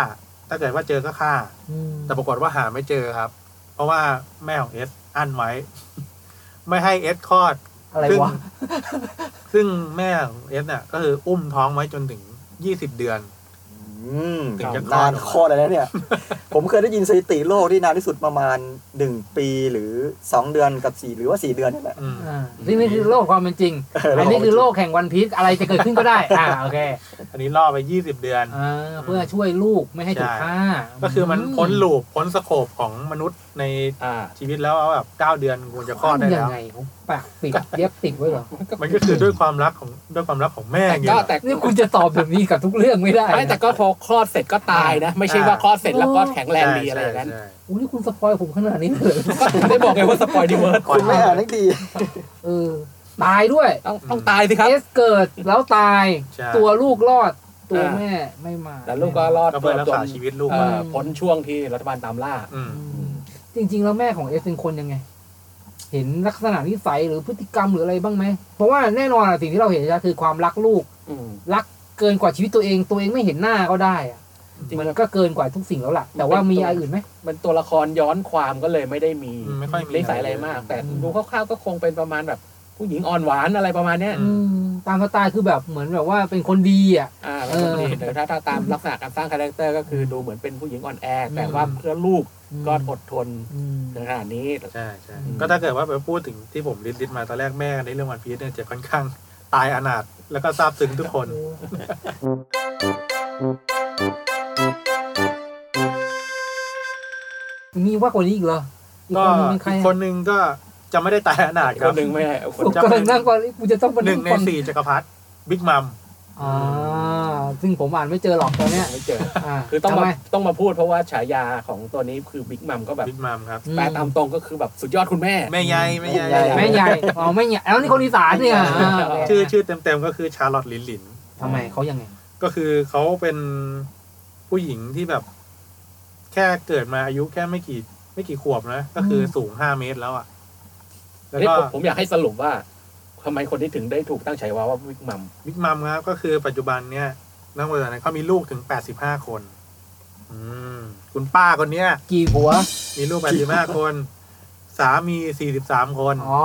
S5: ถ้าเกิดว่าเจอก็ฆ่า
S3: อืม
S5: แต่ปรากฏว่าหาไม่เจอครับ เพราะว่าแม่ของเอสอั้นไว้ ไม่ให้เอสคลอด
S3: อะไร
S5: ซึ่ง
S3: วะ
S5: ซึ่งแม่ของเอสเนี่ยก็คืออุ้มท้องไว้จนถึงยี่สิบเดือน
S2: อืม
S5: ถึงจะคลอ
S2: นา
S5: ด
S2: น
S5: ออกมา
S2: ข้อเลยนะเนี่ย ผมเคยได้ยินสถิติโลกที่นานที่สุดประมาณหนึ่งปีหรือสองเดือนกับสี่หรือว่าสี่เดือน นี่แหละ
S5: อืม
S3: อ่านี่นี่คือโลกความเป็นจริง
S2: เออโลกความเป็นจริง
S3: อันนี้คือโลกแห่งวันพีซอะไรจะเกิดขึ้นก็ได้ อ่าโอเค
S5: อันนี้ล่อไปยี่สิบเดือน
S3: อ่าเพื่อช่วยลูกไม่ให้ถูกฆ่า
S5: ก็คือมันพ้นลูปพ้นสโคปของมนุษย์ใน
S4: อ่า
S5: ชีวิตแล้วว่าแบบเก้าเดือนควรจะคลอดได้
S3: ยั
S5: แล้ว
S3: งไงของ ปากปิดเย็บติดไว้เหรอ
S5: มันก็คือด้วยความรักของด้วยความรักของแม่
S4: แต่
S5: ไง
S4: ก็
S5: ล่ะ
S4: แต่
S3: นี่คุณจะตอบแบบนี้กับทุกเรื่องไม่ได้
S4: ไม่แต่ก็พอคลอดเสร็จก็ตายนะ ไม่ใช่ว่าคลอดเสร็จแล้วก็แข็งแรงดีอะไรอย่างนั้น
S5: ใช่ใช่
S3: โอ้นี่คุณสปอยผมขนาดนี้เลยเหรอ
S4: ก็ถึงได้บอกไงว่าสปอยดีเวิร์ด
S2: คุณไม่อ่านนักดี
S3: เออ ตายด้วย
S4: ต้องต้องตายสิครับ
S3: เอสเกิดแล้วตาย
S5: ใช่
S3: ตัวลูกรอด ตัว
S4: อ่า
S3: แม่ไม่มา
S4: แล้วลูกก็รอด
S5: ก็เพื่อรักษา
S4: จน
S5: ชีวิตลูก
S4: เอ่
S5: มา
S4: อพ้นช่วงที่รัฐบาลตามล่า
S5: อืม
S3: อืมจริง ๆ แล้วแม่ของเอสเป็นคนยังไง เห็นลักษณะนิสัยหรือพฤติกรรมหรืออะไรบ้างไหม เพราะว่าแน่นอนอะสิ่งที่เราเห็นก็คือความรักลูก
S4: อืม
S3: รักเกินกว่าชีวิตตัวเอง ตัวเองไม่เห็นหน้าก็ได้อะ
S4: จริงๆ
S3: มันก็เกินกว่าทุกสิ่งแล้วล่ะ แต่ว่า
S4: เป็นตัว
S3: มีอะไรอื่นไหม
S4: มันตัวละครย้อนความก็เลยไม่ได้มี
S5: อืมไม่ค่อยมี
S4: นิสัยอะไรมาก แต่
S3: อืม
S4: ดูคร่าวๆก็คงเป็นประมาณแบบ ผู้หญิงอ่อนหวานอะไรประมาณเนี้ย
S5: อื
S3: ตามสไตล์คือแบบเหมือนแบบว่าเป็นคนดีอ่ะ
S4: อ่า
S3: เออ
S4: เดี๋ยวถ้าถ้าตามลักษณะการสร้างคาแรคเตอร์ก็คือดูเหมือนเป็นผู้หญิงอ่อนแอ แต่ว่าเพื่อลูกก็อดทน
S3: อืม
S4: ถึงขนาดนี้
S5: ใช่ใช่
S4: อืม
S5: ก็ถ้าเกิดว่าไปพูดถึงที่ผมลิสต์ลิสต์มาตอนแรกแม่ในเรื่องวันพีซเนี่ยจะค่อนข้างตายอนาถแล้วก็ซาบซึ้งทุกคน
S3: มีว่ากว่านี้อีกเหรออีก
S5: ก็
S3: คนนึงเป็นใคร
S5: อีก
S3: อะ
S5: คนหนึ่งก็จะไม่ได้ตายอนาถค
S4: ครับ นหนึ่งไม่ได้คน
S3: ผมกำลังนั่งก่อนกูจะต้องไป
S5: หนึ่งใน
S3: ฟัง
S5: สี่จักรพรรดิบิ๊กมัม
S3: อ่าซึ่งผมอ่านไม่เจอหรอกตอนเนี้ย
S4: ไม่เจอ
S3: อ่า
S4: คือต้อง
S3: ทำ
S4: มา
S3: ไม
S4: ต้องมาพูดเพราะว่าฉายาของตัวนี้คือบิ๊กมัมก็แบบ
S5: บิ๊กมัมครับ
S3: อื
S4: แปลตามตรงก็คือแบบสุดยอดคุณแม่
S5: แม่ยายแม่ยาย
S2: แม่ยาย
S3: แม่ใหญ่อ๋อแม่ใหญ่แล้วนี่คนอีสานเนี่ยอ่าโเค
S5: ชื่อชื่อเต็มๆก็คือชาร์ลอตลินลิน
S3: ทำไมเขายังไง
S5: ก็คือเขาเป็นผู้หญิงที่แบบ แค่เกิดมาอายุแค่ไม่กี่ไม่กี่ขวบนะ ก็คืออ
S3: ม
S5: สูงห้าเมตรแล้วอ่ะ แล้ว
S4: เฮ้ย
S5: ก็
S4: ผมผมอยากให้สรุปว่าทำไมคนที่ถึงได้ถูกตั้งฉายาว่าบิ๊กมัม
S5: บิ๊กมัมครับก็คือปัจจุบันเนี่ยนักวิทยาศาสตร์เขามีลูกถึงแปดสิบห้าคน อืม คุณป้าคนเนี้ย
S3: กี่หัว
S5: มีลูกแปดสิบห้าคน สามีสี่สิบสามคน
S3: อ๋อ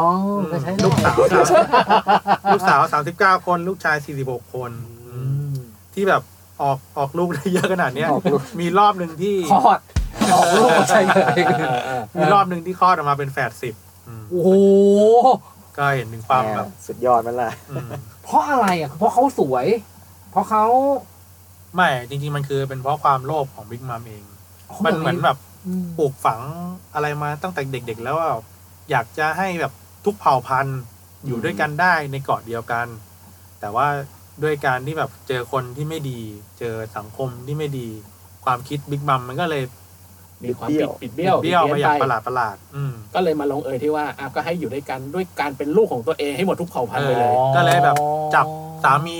S3: ก็ใช้ได้
S5: ลูกสาว30ลูกส าวสามสิบเก้าคน ลูกชายสี่สิบหกคน
S3: อืม
S5: ที่แบบออกออกลูกได้เยอะขนาดเนี้ย มีรอบหนึ่งที่
S3: คลอดออกลูกใช่เลย
S5: มีรอบหนึ่งที่คลอดออกมาเป็นแฝดสิบอืม
S3: โอ้โห
S5: ก็เห็นถึงความแบบ
S2: สุดยอดมันล่ะ
S5: อืม
S3: เพราะอะไรอ่ะ เพราะเขาสวย เพราะเขา
S5: ไม่จริงๆ มันคือเป็นเพราะความโลภของบิ๊กมัมเอง
S3: มั
S5: มันเหมือนแบบป
S3: ปุ๊บ
S5: ลูกฝังอะไรมาตั้งแต่เด็ก ๆ แล้วว่าอยากจะให้แบบทุกเผ่าพันธุ์อยู่ด้วยกันได้ในเกาะเดียวกัน แต่ว่าด้วยการที่แบบเจอคนที่ไม่ดี เจอสังคมที่ไม่ดี ความคิดบิ๊กมัมมันก็เลย
S4: มีความปิดปิดเบี้ยว
S5: เบี้ยวไปอย่าง
S4: เพี้น
S5: ประหลาดประหลาดๆอืม
S4: ก็เลยมาลงเอยที่ว่าอ่ะก็ให้อยู่ด้วยกันด้วยการเป็นลูกของตัวเองให้หมดทุกเผ่าพันธุ์ไปเลย
S5: เออก็เลยแบบจับสามี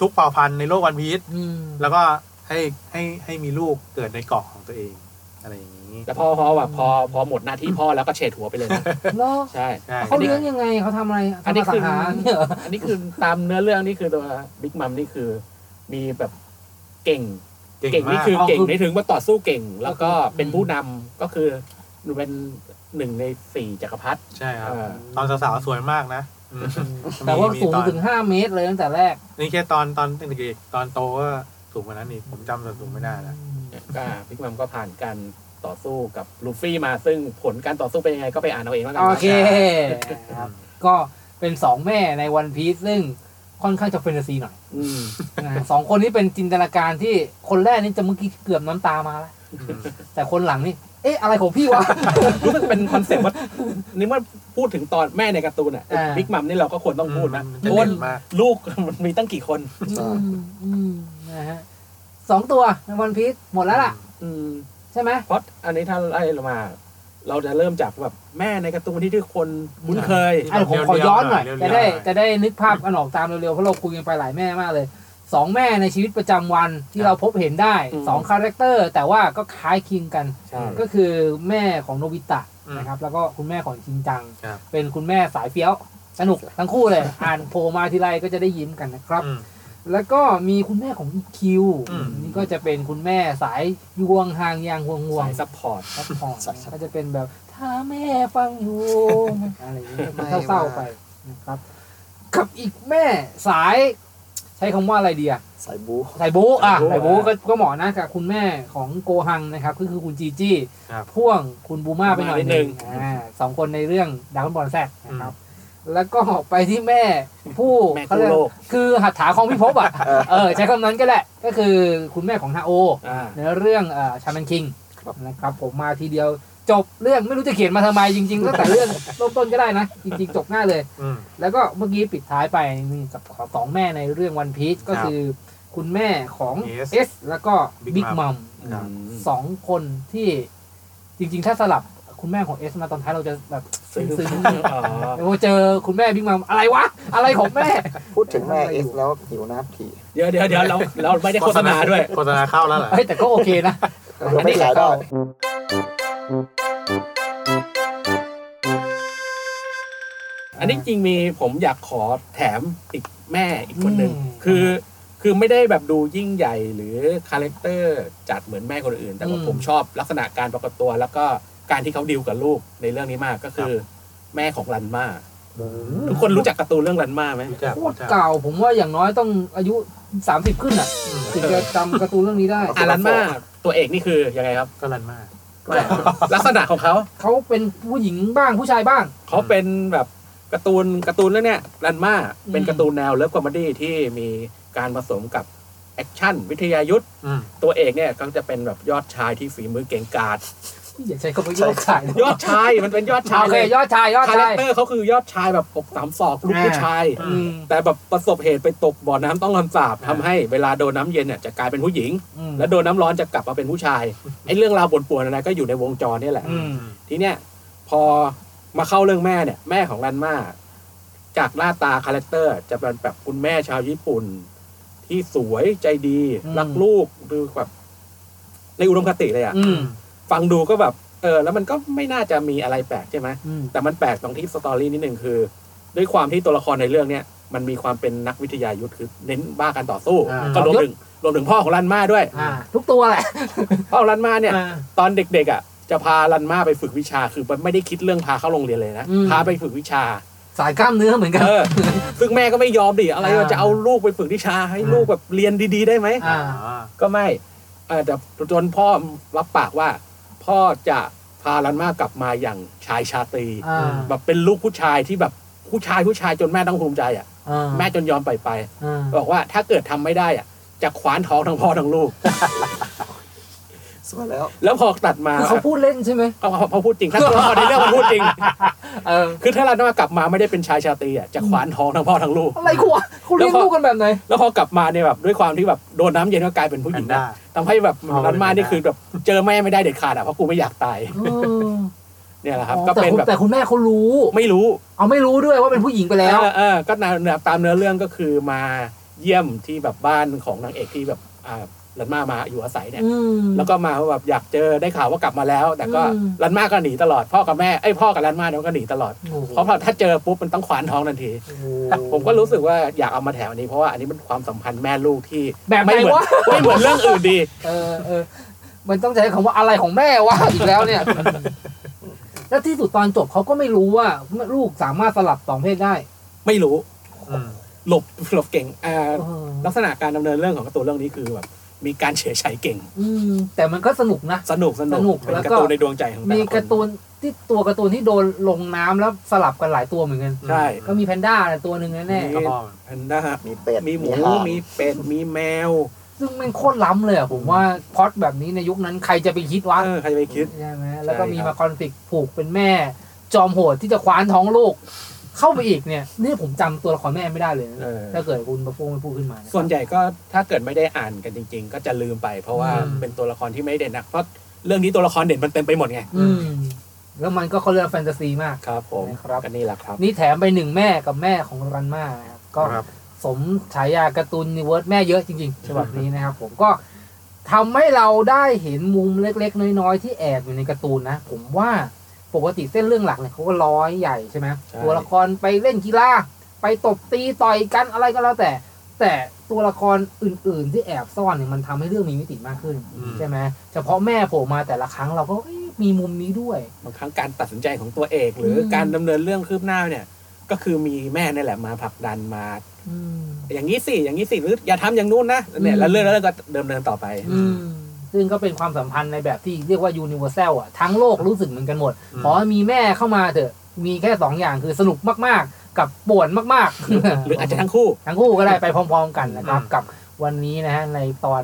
S5: ทุกเผ่าพันธุ์ในโลกวันพีช
S3: อืม
S5: แล้วก็ให้ให้ให้มีลูกเกิดในเกาะของตัวเอง อะไรอย่างนี้
S4: แต่พอพอแบบพอพอหมดหน้าที่พ่อแล้วก็เฉดหัวไปเลยนะ
S3: เนาะ
S4: ใช่
S5: ใช่
S3: เขาเลี้ยงยังไงเขาทำอะไร
S4: อันนี้
S3: ทำ
S4: คือ
S3: สังหารเนี่ยเหรอ
S4: อันนี้คือตามเนื้อเรื่องนี่คือตัวบิ๊กมัมนี่คือ มีแบบเก่ง เก่งนี่
S5: มาก
S4: คือเก่งในถึงว่าต่อสู้เก่ง แล้วก็เป็นผู้นำก็คือเป็นหนึ่งในสี่จักรพรรดิ
S5: ใช่ครับ
S4: เออ
S5: ตอนสาวๆสวยมากนะอืม
S3: แต่ว่า
S5: มี
S3: สูง
S5: ตอน
S3: ถึงห้าเมตรเลยตั้งแต่แรก
S5: นี่แค่ตอนตอนเด็กๆตอนโตก็สูงกว่านั้นอีกผมจำส่วนสูงไม่ได้แล้ว
S4: ก็พิกมัมก็ผ่านการต่อสู้กับลูฟี่มาซึ่งผลการต่อสู้เป็นยังไงก็ไปอ่านเอาเองแล้วกัน
S3: โอ
S4: นะ
S3: เคครับ ก็เป็นสองแม่ในวันพีซซึ่งค่อนข้างจะแฟนตาซีหน่อย
S4: อืม
S3: นะสองคนนี้เป็นจินตนาการที่คนแรกนี่จะเมื่อกี้เกือบน้ำตามาแล้ว
S5: อืม
S3: แต่คนหลังนี่ เอ๊ะอะไรของพี่วะ
S4: รู้สึกเป็นคอนเซ็ปต์ว่านี่ว่าพูดถึงตอนแม่ในการ์ตูนอ่ะ
S3: อ่า
S4: บิ๊กมัมนี่เราก็ควรต้องพูดนะ
S5: มั
S4: เพ
S5: จะเด่
S4: ราะว่าน
S5: มาก
S4: ลูก มันมีตั้งกี่คน
S2: ใช่
S3: อืมอืมนะฮะสองตัวในวันพีซหมดแล้วล่ะ
S4: อืม
S3: ใช่ไหม
S4: เพราะอันนี้ถ้าไล่ลงมา เราจะเริ่มจากแบบแม่ในการ์ตูนที่ทุกคนคุ้นเคย
S3: ไอ้ผมขอย้อนหน่อยจะได้จะได้นึกภาพอันออกตามเร็วๆเพราะเราคุยกันไปหลายแม่มากเลยสองแม่ในชีวิตประจำวันที่เราพบเห็นได้
S4: อืม
S3: สองคาแรคเตอร์ แต่ว่าก็คล้ายคลึงกัน
S4: ใช่
S3: ก็คือแม่ของโนบิตะ
S5: อืม
S3: นะครับแล้วก็คุณแม่ของชินจัง
S5: ครับ
S3: เป็นคุณแม่สายเฟี้ยว สนุกทั้งคู่เลย อ่านโผล่มาทีไรก็จะได้ยิ้มกันนะครับ
S5: อืม
S3: แล้วก็มีคุณแม่ของอีคิว
S5: อืม
S3: นี่ก็จะเป็นคุณแม่สายยวงหางยางห่วงห่วง
S4: สายซัพพอร์ต
S3: ซัพพอร์ต
S2: สายซัพพอร์ต
S3: ก็จะเป็นแบบถ้าแม่ฟังอยู่ อะไรอย่างเงี้ย
S5: ไม่
S3: เศร้า
S5: ว่า
S3: ๆไปนะครับกับอีกแม่สาย ใช้คำว่าอะไรดีอะ
S2: สายบู๊
S3: สายบู๊อ่ะ
S4: สายบู๊
S3: สายบู๊ก็ก็เหมาะนะกับคุณแม่ของโกฮังนะครับก็คือคุณจีจี้
S5: ครับ
S3: พ่วงคุณบูมาไปหน่อยหนึ่งอ่าสองคนในเรื่องดาวน์บอลแซกนะครับ แล้วก็ไปที่แม่ผู้
S4: แม่
S3: เขา
S4: กู้
S3: เรียก
S4: โลก
S3: คือหัตถาของพิภพอ่ะ เออใช้คำนั้นก็แหละ ก็คือคุณแม่ของฮาโอ
S4: อ่า
S3: ในเรื่องชาแมนคิง
S2: ครับ
S3: นะครับผมมาทีเดียว จบเรื่องไม่รู้จะเขียนมาทำไมจริงๆตั้งแต่เรื่องเริ่มต้นก็ได้นะ จริง ๆ จบง่ายเลย
S5: อืม
S3: แล้วก็เมื่อกี้ปิดท้ายไปนี่กับสองแม่ในเรื่องวันพีชก็คือ คุณแม่ของ
S5: Yes
S3: เอสแล้วก็
S5: Big
S3: บิ๊กมัม
S5: ครับ
S3: สองคนที่จริง ๆ ถ้าสลับคุณแม่ของเอสมาตอนท้ายเราจะแบบซึ้งๆ
S4: อ๋อ
S3: เดี๋ยวเจอคุณแม่บิ๊กมัมอะไรวะ อะไรของแม่
S2: พูดถึงแม่เอสแล้วหิวน้ำที
S4: เดี๋ยวเดี๋ยวเดี๋ยวเราเราไม่ได้โฆษณาด้วย
S5: โฆษณาเข้าแล้วเหรอ
S3: เฮ้ยแต่ก็โอเคนะ
S2: เราไม่ขายได้
S4: อันนี้จริงมีผมอยากขอแถมอีกแม่อีกคนหนึ่ง
S3: อืม
S4: คือคือไม่ได้แบบดูยิ่งใหญ่หรือคาแรคเตอร์จัดเหมือนแม่คนอื่น แต่ว่าผมชอบลักษณะการปรากฏตัว แล้วก็การที่เขาดิวกับลูกในเรื่องนี้มากก็คือแม่ของรันมาทุกคนรู้จักการ์ตูนเรื่องรันมาไหม
S5: รู้จัก
S3: โคตร
S5: รู้จัก
S3: เก่าผมว่าอย่างน้อยต้องอายุ 30 ขึ้นอ่ะ
S5: อืม
S3: ถึงจะจำการ์ตูนเรื่องนี้ได้
S4: อ่ะรันมาตัวเอกนี่คือยังไงครับ
S5: ก็รันมาก
S4: ลักษณะของเขา
S3: เขาเป็นผู้หญิงบ้างผู้ชายบ้าง
S4: เขาเป็นแบบการ์ตูนการ์ตูนแล้วเนี่ยรันมา
S3: อืม
S4: เป็นการ์ตูนแนวเลิฟคอมเมดี้ที่มีการผสมกับแอคชั่นวิทยายุทธ
S5: อืม
S4: ตัวเอกเนี่ยก็จะเป็นแบบยอดชายที่ฝีมือเก่งกาจ
S3: อย่าใช้คำว่ายอดชาย
S4: ยอดชายมันเป็นยอดชาย
S3: โอเค
S4: เลย
S3: ยอดชายยอด
S4: คาแร
S3: ชา
S4: ค
S3: ย
S4: เตอร์เขาคือยอดชายแบบอกสามศอกลูกผู้ชาย
S3: อืม
S4: แต่แบบประสบเหตุไปตกบ่อน้ำต้องคำสาบทำให้เวลาโดนน้ำเย็นเนี่ยจะกลายเป็นผู้หญิง
S3: อืม
S4: แล้วโดนน้ำร้อนจะกลับมาเป็นผู้ชายไอ้เรื่องราวปวนป่วนๆอะไรก็อยู่ในวงจรเนี่ยแหละ
S3: อืม
S4: ทีเนี้ยพอมาเข้าเรื่องแม่เนี่ย แม่ของรันมาจากหน้าตาคาแรคเตอร์ จะเป็นแบบคุณแม่ชาวญี่ปุ่น ที่สวยใจดี รักลูกดูแบบในอุดมคติเลยอะ
S3: อืม
S4: ฟังดูก็แบบ เออ แล้วมันก็ไม่น่าจะมีอะไรแปลกใช่ไหม
S3: อืม
S4: แต่มันแปลกตรงที่สตอรี่นิดหนึ่งคือ ด้วยความที่ตัวละครในเรื่องเนี้ยมันมีความเป็นนักวิทยายุทธคือเน้นบ้าการต่อสู้
S5: อ่า
S4: ก็รวมถึงรวมถึงพ่อของรันมาด้วย
S3: อ่า ทุกตัวแหละ
S4: พ่อของรันมาเนี่ย
S5: อ่า
S4: ตอนเด็กๆอ่ะจะพารันมาไปฝึกวิชาคือมันไม่ได้คิดเรื่องพาเข้าโรงเรียนเลยนะ
S3: อืม
S4: พาไปฝึกวิชา
S3: สายกล้ามเนื้อเหมือนกัน
S4: เออ ซึ่งแม่ก็ไม่ยอมดิอะไรว่า
S3: อ่า
S4: จะเอาลูกไปฝึกวิชาให้ลูกแบบเรียนดีๆได้ไหม
S3: อ่า
S4: ก็ไม่เออแต่จนพ่อรับปากว่า พ่อจะพารันมากลับมาอย่างชายชาตรี
S3: อ่า
S4: แบบเป็นลูกผู้ชายที่แบบผู้ชายผู้ชายจนแม่ต้องภูมิใจอ่ะ
S3: อ่า
S4: แม่จนยอมปล่อยไป
S3: อ่า
S4: บอกว่าถ้าเกิดทำไม่ได้อ่ะจะขวานท้องทั้งพ่อทั้งลูก
S2: สวยแล้ว
S4: แล้วพอตัดมา
S3: คือเขาพูดเล่นใช่ไหม
S4: เอาเอาเขาพูดจริงถ้าตัวละครในเรื่องมันพูดจริง
S3: เออ
S4: คือถ้ารันมากลับมาไม่ได้เป็นชายชาตรีอ่ะจะขวานท้องทั้งพ่อทั้งลูก
S3: อะไรกูวะเขาเลี้ยงลูกกันแบบไหน
S4: แล้วพอกลับมาเนี่ยแบบด้วยความที่แบบโดนน้ำเย็นก็กลายเป็นผู้หญิงนะทำให้แบบ
S5: อ๋อ
S4: รันมานี่คือแบบเจอแม่ไม่ได้เด็ดขาดอ่ะเพราะกูไม่อยากตาย
S3: เออ
S4: เนี่ยแหละครับ
S3: อ๋อ
S4: ก็เป็น
S3: แต่คุณ
S4: แบบ
S3: แต่คุณแม่เขารู้
S4: ไม่รู้
S3: เอาไม่รู้ด้วยว่าเป็นผู้หญิงไปแล้ว
S4: เออเออก็ตามเนื้อเรื่องก็คือมาเยี่ยมที่แบบบ้านของนางเอกที่แบบอ่ารันมามาอยู่อาศัยเนี่ย
S3: อืม
S4: แล้วก็มาแบบอยากเจอได้ข่าวว่ากลับมาแล้ว แต่ก็
S3: อืม
S4: รันมาก็หนีตลอดพ่อกับแม่ไอ้ยพ่อกับรันมาเนี่ยก็หนีตลอด
S3: โอ้โห
S4: เพราะว่าถ้าเจอปุ๊บมันต้องขวานท้องทันที ผมก็รู้สึกว่าอยากเอามาแถมอันนี้เพราะว่าอันนี้มันความสัมพันธ์แม่ลูกที่
S3: แบบไหน
S4: ไม่เหมือน
S3: วะ
S4: ไม่เหมือนเรื่องอื่นดี
S3: เออเออ มันต้องใช้คำว่าอะไรของแม่วะ อีกแล้ว เนี่ย แล้วที่สุดตอนจบเขาก็ไม่รู้ว่าลูกสามารถสลับสองเพศได้
S4: ไม่รู้
S5: อืม
S4: หลบหลบเก่งอ่า
S3: เออ
S4: ลักษณะการดำเนินเรื่องของการ์ตูนเรื่องนี้คือแบบมีการเฉยไฉเก่ง
S3: อืม แต่มันก็สนุกนะ
S4: สนุกส
S3: สนุ
S4: นุ
S3: ก
S4: กเป็น
S3: แล้วก็
S4: การ์ตูนในดวงใจของแต่
S3: มี
S4: ละค
S3: การ์ตู
S4: น
S3: นที่ตัวการ์ตูนที่โดนลงน้ำแล้วสลับกันหลายตัวเหมือนกัน
S4: ใช่
S3: ก็มีแพนด้าอะไรตัวหนึ่งแน่ๆ
S5: ก็พอ
S4: แพนด้า
S2: มีเป็ด
S4: มีหมู
S2: ห่าน
S4: มีเป็ดมีแมว
S3: ซึ่งแมันโคตรล้ำเลยอะผมว่าพล็อดแบบนี้ในยุคนั้นใครจะไปคิดวะ
S4: เออใครจะไปคิด
S3: ใช่ไหมแล้วก็มี
S4: ใช่ครั
S3: มา
S4: บ
S3: คอนฟ lict ผูกเป็นแม่ จอมโหดที่จะคว้านท้องลูก เข้าไปอีกเนี่ยนี่ผมจำตัวละครแม่ไม่ได้เลยนะ
S4: เออ
S3: ถ้าเกิดคุณประพงไม่พูดขึ้นมาเนี่ย
S4: ส่วนใหญ่ก็ถ้าเกิดไม่ได้อ่านกันจริง ๆ ก็จะลืมไป เพราะว่า
S3: อืม
S4: เป็นตัวละครที่ไม่เด่นนักเพราะเรื่องนี้ตัวละครเด่นมันเต็มไปหมดไง
S3: อืม แล้วมันก็เขาเรียกว่าแฟนตาซีมาก
S4: ครับผม
S3: นะครับ
S4: ก็นี่แหละครับ
S3: นี่แถมไปหนึ่งแม่กับแม่ของรันมานะครับก็
S5: ครับ
S3: สมฉายาการ์ตูนนิเวิร์สแม่เยอะจริงๆฉบับนี้นะครับผมก็ทำให้เราได้เห็นมุมเล็กๆ น้อยๆ ที่แอบอยู่ในการ์ตูนนะ ผมว่าปกติเส้นเรื่องหลักเนี่ยเขาก็ร้อยใหญ่ใช่ไหมตัวละครไปเล่นกีฬาไปตบตีต่อยกันอะไรก็แล้วแต่ แต่ตัวละครอื่นๆ ที่แอบซ่อนเนี่ยมันทำให้เรื่องมีมิติมากขึ้น
S5: อืม
S3: ใช่ไหมเฉพาะแม่โผล่มาแต่ละครั้งเราก็เอ๊ะมีมุมนี้ด้วย
S4: บางครั้งการตัดสินใจของตัวเอก หรืออ
S3: ม
S4: การดำเนินเรื่องคืบหน้าเนี่ย ก็คือมีแม่นี่แหละมาผลักดันมา
S3: อืม
S4: อย่างนี้สิ อย่างนี้สิ หรืออย่าทำอย่างนู้นนะ
S3: อื
S4: เนี่ย
S3: ม
S4: แล้วเรื่องแล้วเรื่องก็เดิมเนินต่อไป
S3: อืมซึ่งก็เป็นความสัมพันธ์ในแบบที่เรียกว่า universal อ่ะ ทั้งโลกรู้สึกเหมือนกันหมด
S5: อืม
S3: ขอให้มีแม่เข้ามาเถอะ มีแค่สองอย่างคือสนุกมากๆ กับป่วนมากๆ
S4: หรืออาจจะทั้งคู่
S3: ทั้งคู่ก็ได้ไปพร้อมๆกันนะครับ
S5: อืม
S3: กับวันนี้นะฮะในตอน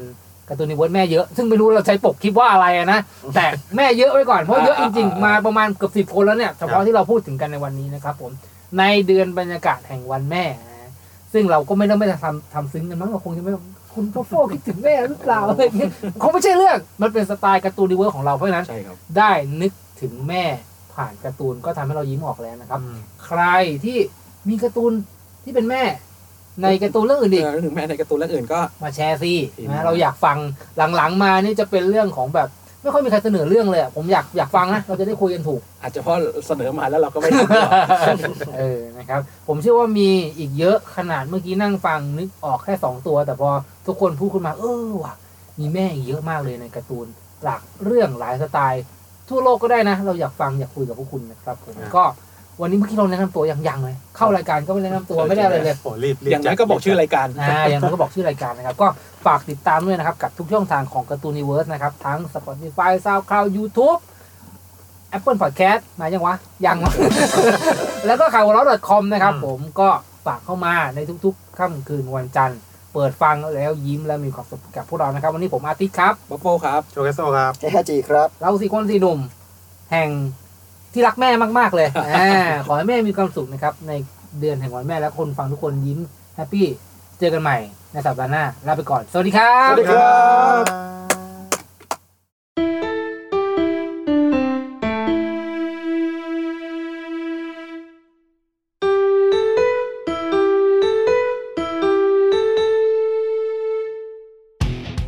S3: การ์ตูนในเวิร์ดแม่เยอะซึ่งไม่รู้เราใช้ปกคลิปว่าอะไรอะนะ แต่แม่เยอะไว้ก่อน เพราะเยอะจริง ๆ มาประมาณเกือบสิบคนแล้วเนี่ยเฉพาะที่เราพูดถึงกันในวันนี้นะครับผมในเดือนบรรยากาศแห่งวันแม่นะซึ่งเราก็ไม่ต้องไม่ได้ทำทำซึ้งกันมั้งเราคงจะไม่คุณพ่อโฟคิดถึงแม่หรือเปล่าอะไรอย่างเงี้ยคงไม่ใช่เรื่องมันเป็นสไตล์การ์ตูนในเวิร์ดของเราเพราะฉะนั้น
S4: ใช่ครับ
S3: ได้นึกถึงแม่ผ่านการ์ตูนก็ทำให้เรายิ้มออกแล้วนะครับ
S5: อืม
S3: ใครที่มีการ์ตูนที่เป็นแม่ ในการ์ตูนเรื่องอื่นอีก
S4: เออนึกแม่ในการ์ตูนเรื่องอื่นก็
S3: มาแชร์สิ
S4: อืม
S3: นะเราอยากฟังหลังๆมานี่จะเป็นเรื่องของแบบ ไม่ค่อยมีใครเสนอเรื่องเลยอะผมอยากอยากฟังนะเราจะได้คุยกันถูก
S4: อาจจะเพราะเสนอมาแล้วเราก็ไม่ทำหรอก
S3: เออนะครับ ผมเชื่อว่ามีอีกเยอะขนาดเมื่อกี้นั่งฟังนึกออกแค่สองตัว แต่พอทุกคนพูดขึ้นมา เออว่ะมีแม่อีกเยอะมากเลยในการ์ตูน หลากเรื่องหลายสไตล์ ทั่วโลกก็ได้นะ เราอยากฟังอยากคุยกับพวกคุณนะครับผม
S4: อ่า
S3: ก็วันนี้เมื่อกี้เราแนะนำตัวอย่างยังเลย เข้ารายการก็ไม่แนะนำตัว ไม่ได้อะไรเลย
S5: โอ้รีบรีบ
S4: อย่างนั้นก็บอกชื่อรายการ
S3: อ่าอย่างนั้นก็บอกชื่อรายการนะครับ ก็ฝากติดตามด้วยนะครับ กับทุกช่องทางของการ์ตูน i ิเวิร์สนะครับ ทั้ง Spotify SoundCloud YouTube Apple Podcast มายังวะ ยังวะ แล้วก็ข่าวร้อ .com นะครับผมก็ฝากเข้ามาในทุกๆค่ำคืนวันจันทร์ เปิดฟังแล้วยิ้มและมีความสุขกับพวกเรานะครับ วันนี้ผมอาทิตย์ครับ
S4: บัฟโฟครับ
S5: โจเกโซครับ
S2: แค่จีครับ
S3: เราสี่คนสี่หนุ่ม แห่งที่รักแม่มาก ๆ เลย อ่า ขอให้แม่มีความสุขนะครับ ในเดือนแห่งวันแม่และคนฟังทุกคนยิ้มแฮปปี้ เจอกันใหม่ในสัปดาห์หน้า ลาไปก่อน สวัสดีครับ
S2: สวัสดีครับ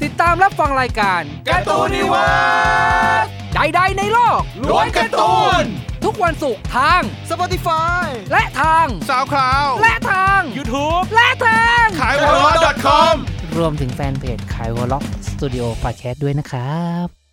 S3: ติดตามรับฟังรายการ
S6: การ์ตูนนิเวอร์ส
S3: ใดๆในโลก
S6: ล้วนการ์ตูน
S3: ทุกวันศุกร์ทาง
S2: Spotify
S3: และทาง
S6: สาวคลาว
S3: และทาง
S6: YouTube
S3: และทาง
S6: ขายหัวเราะ .com
S3: รวมถึงแฟนเพจขายวอลล็อกสตูดิโอพอดแคสต์ด้วยนะครับ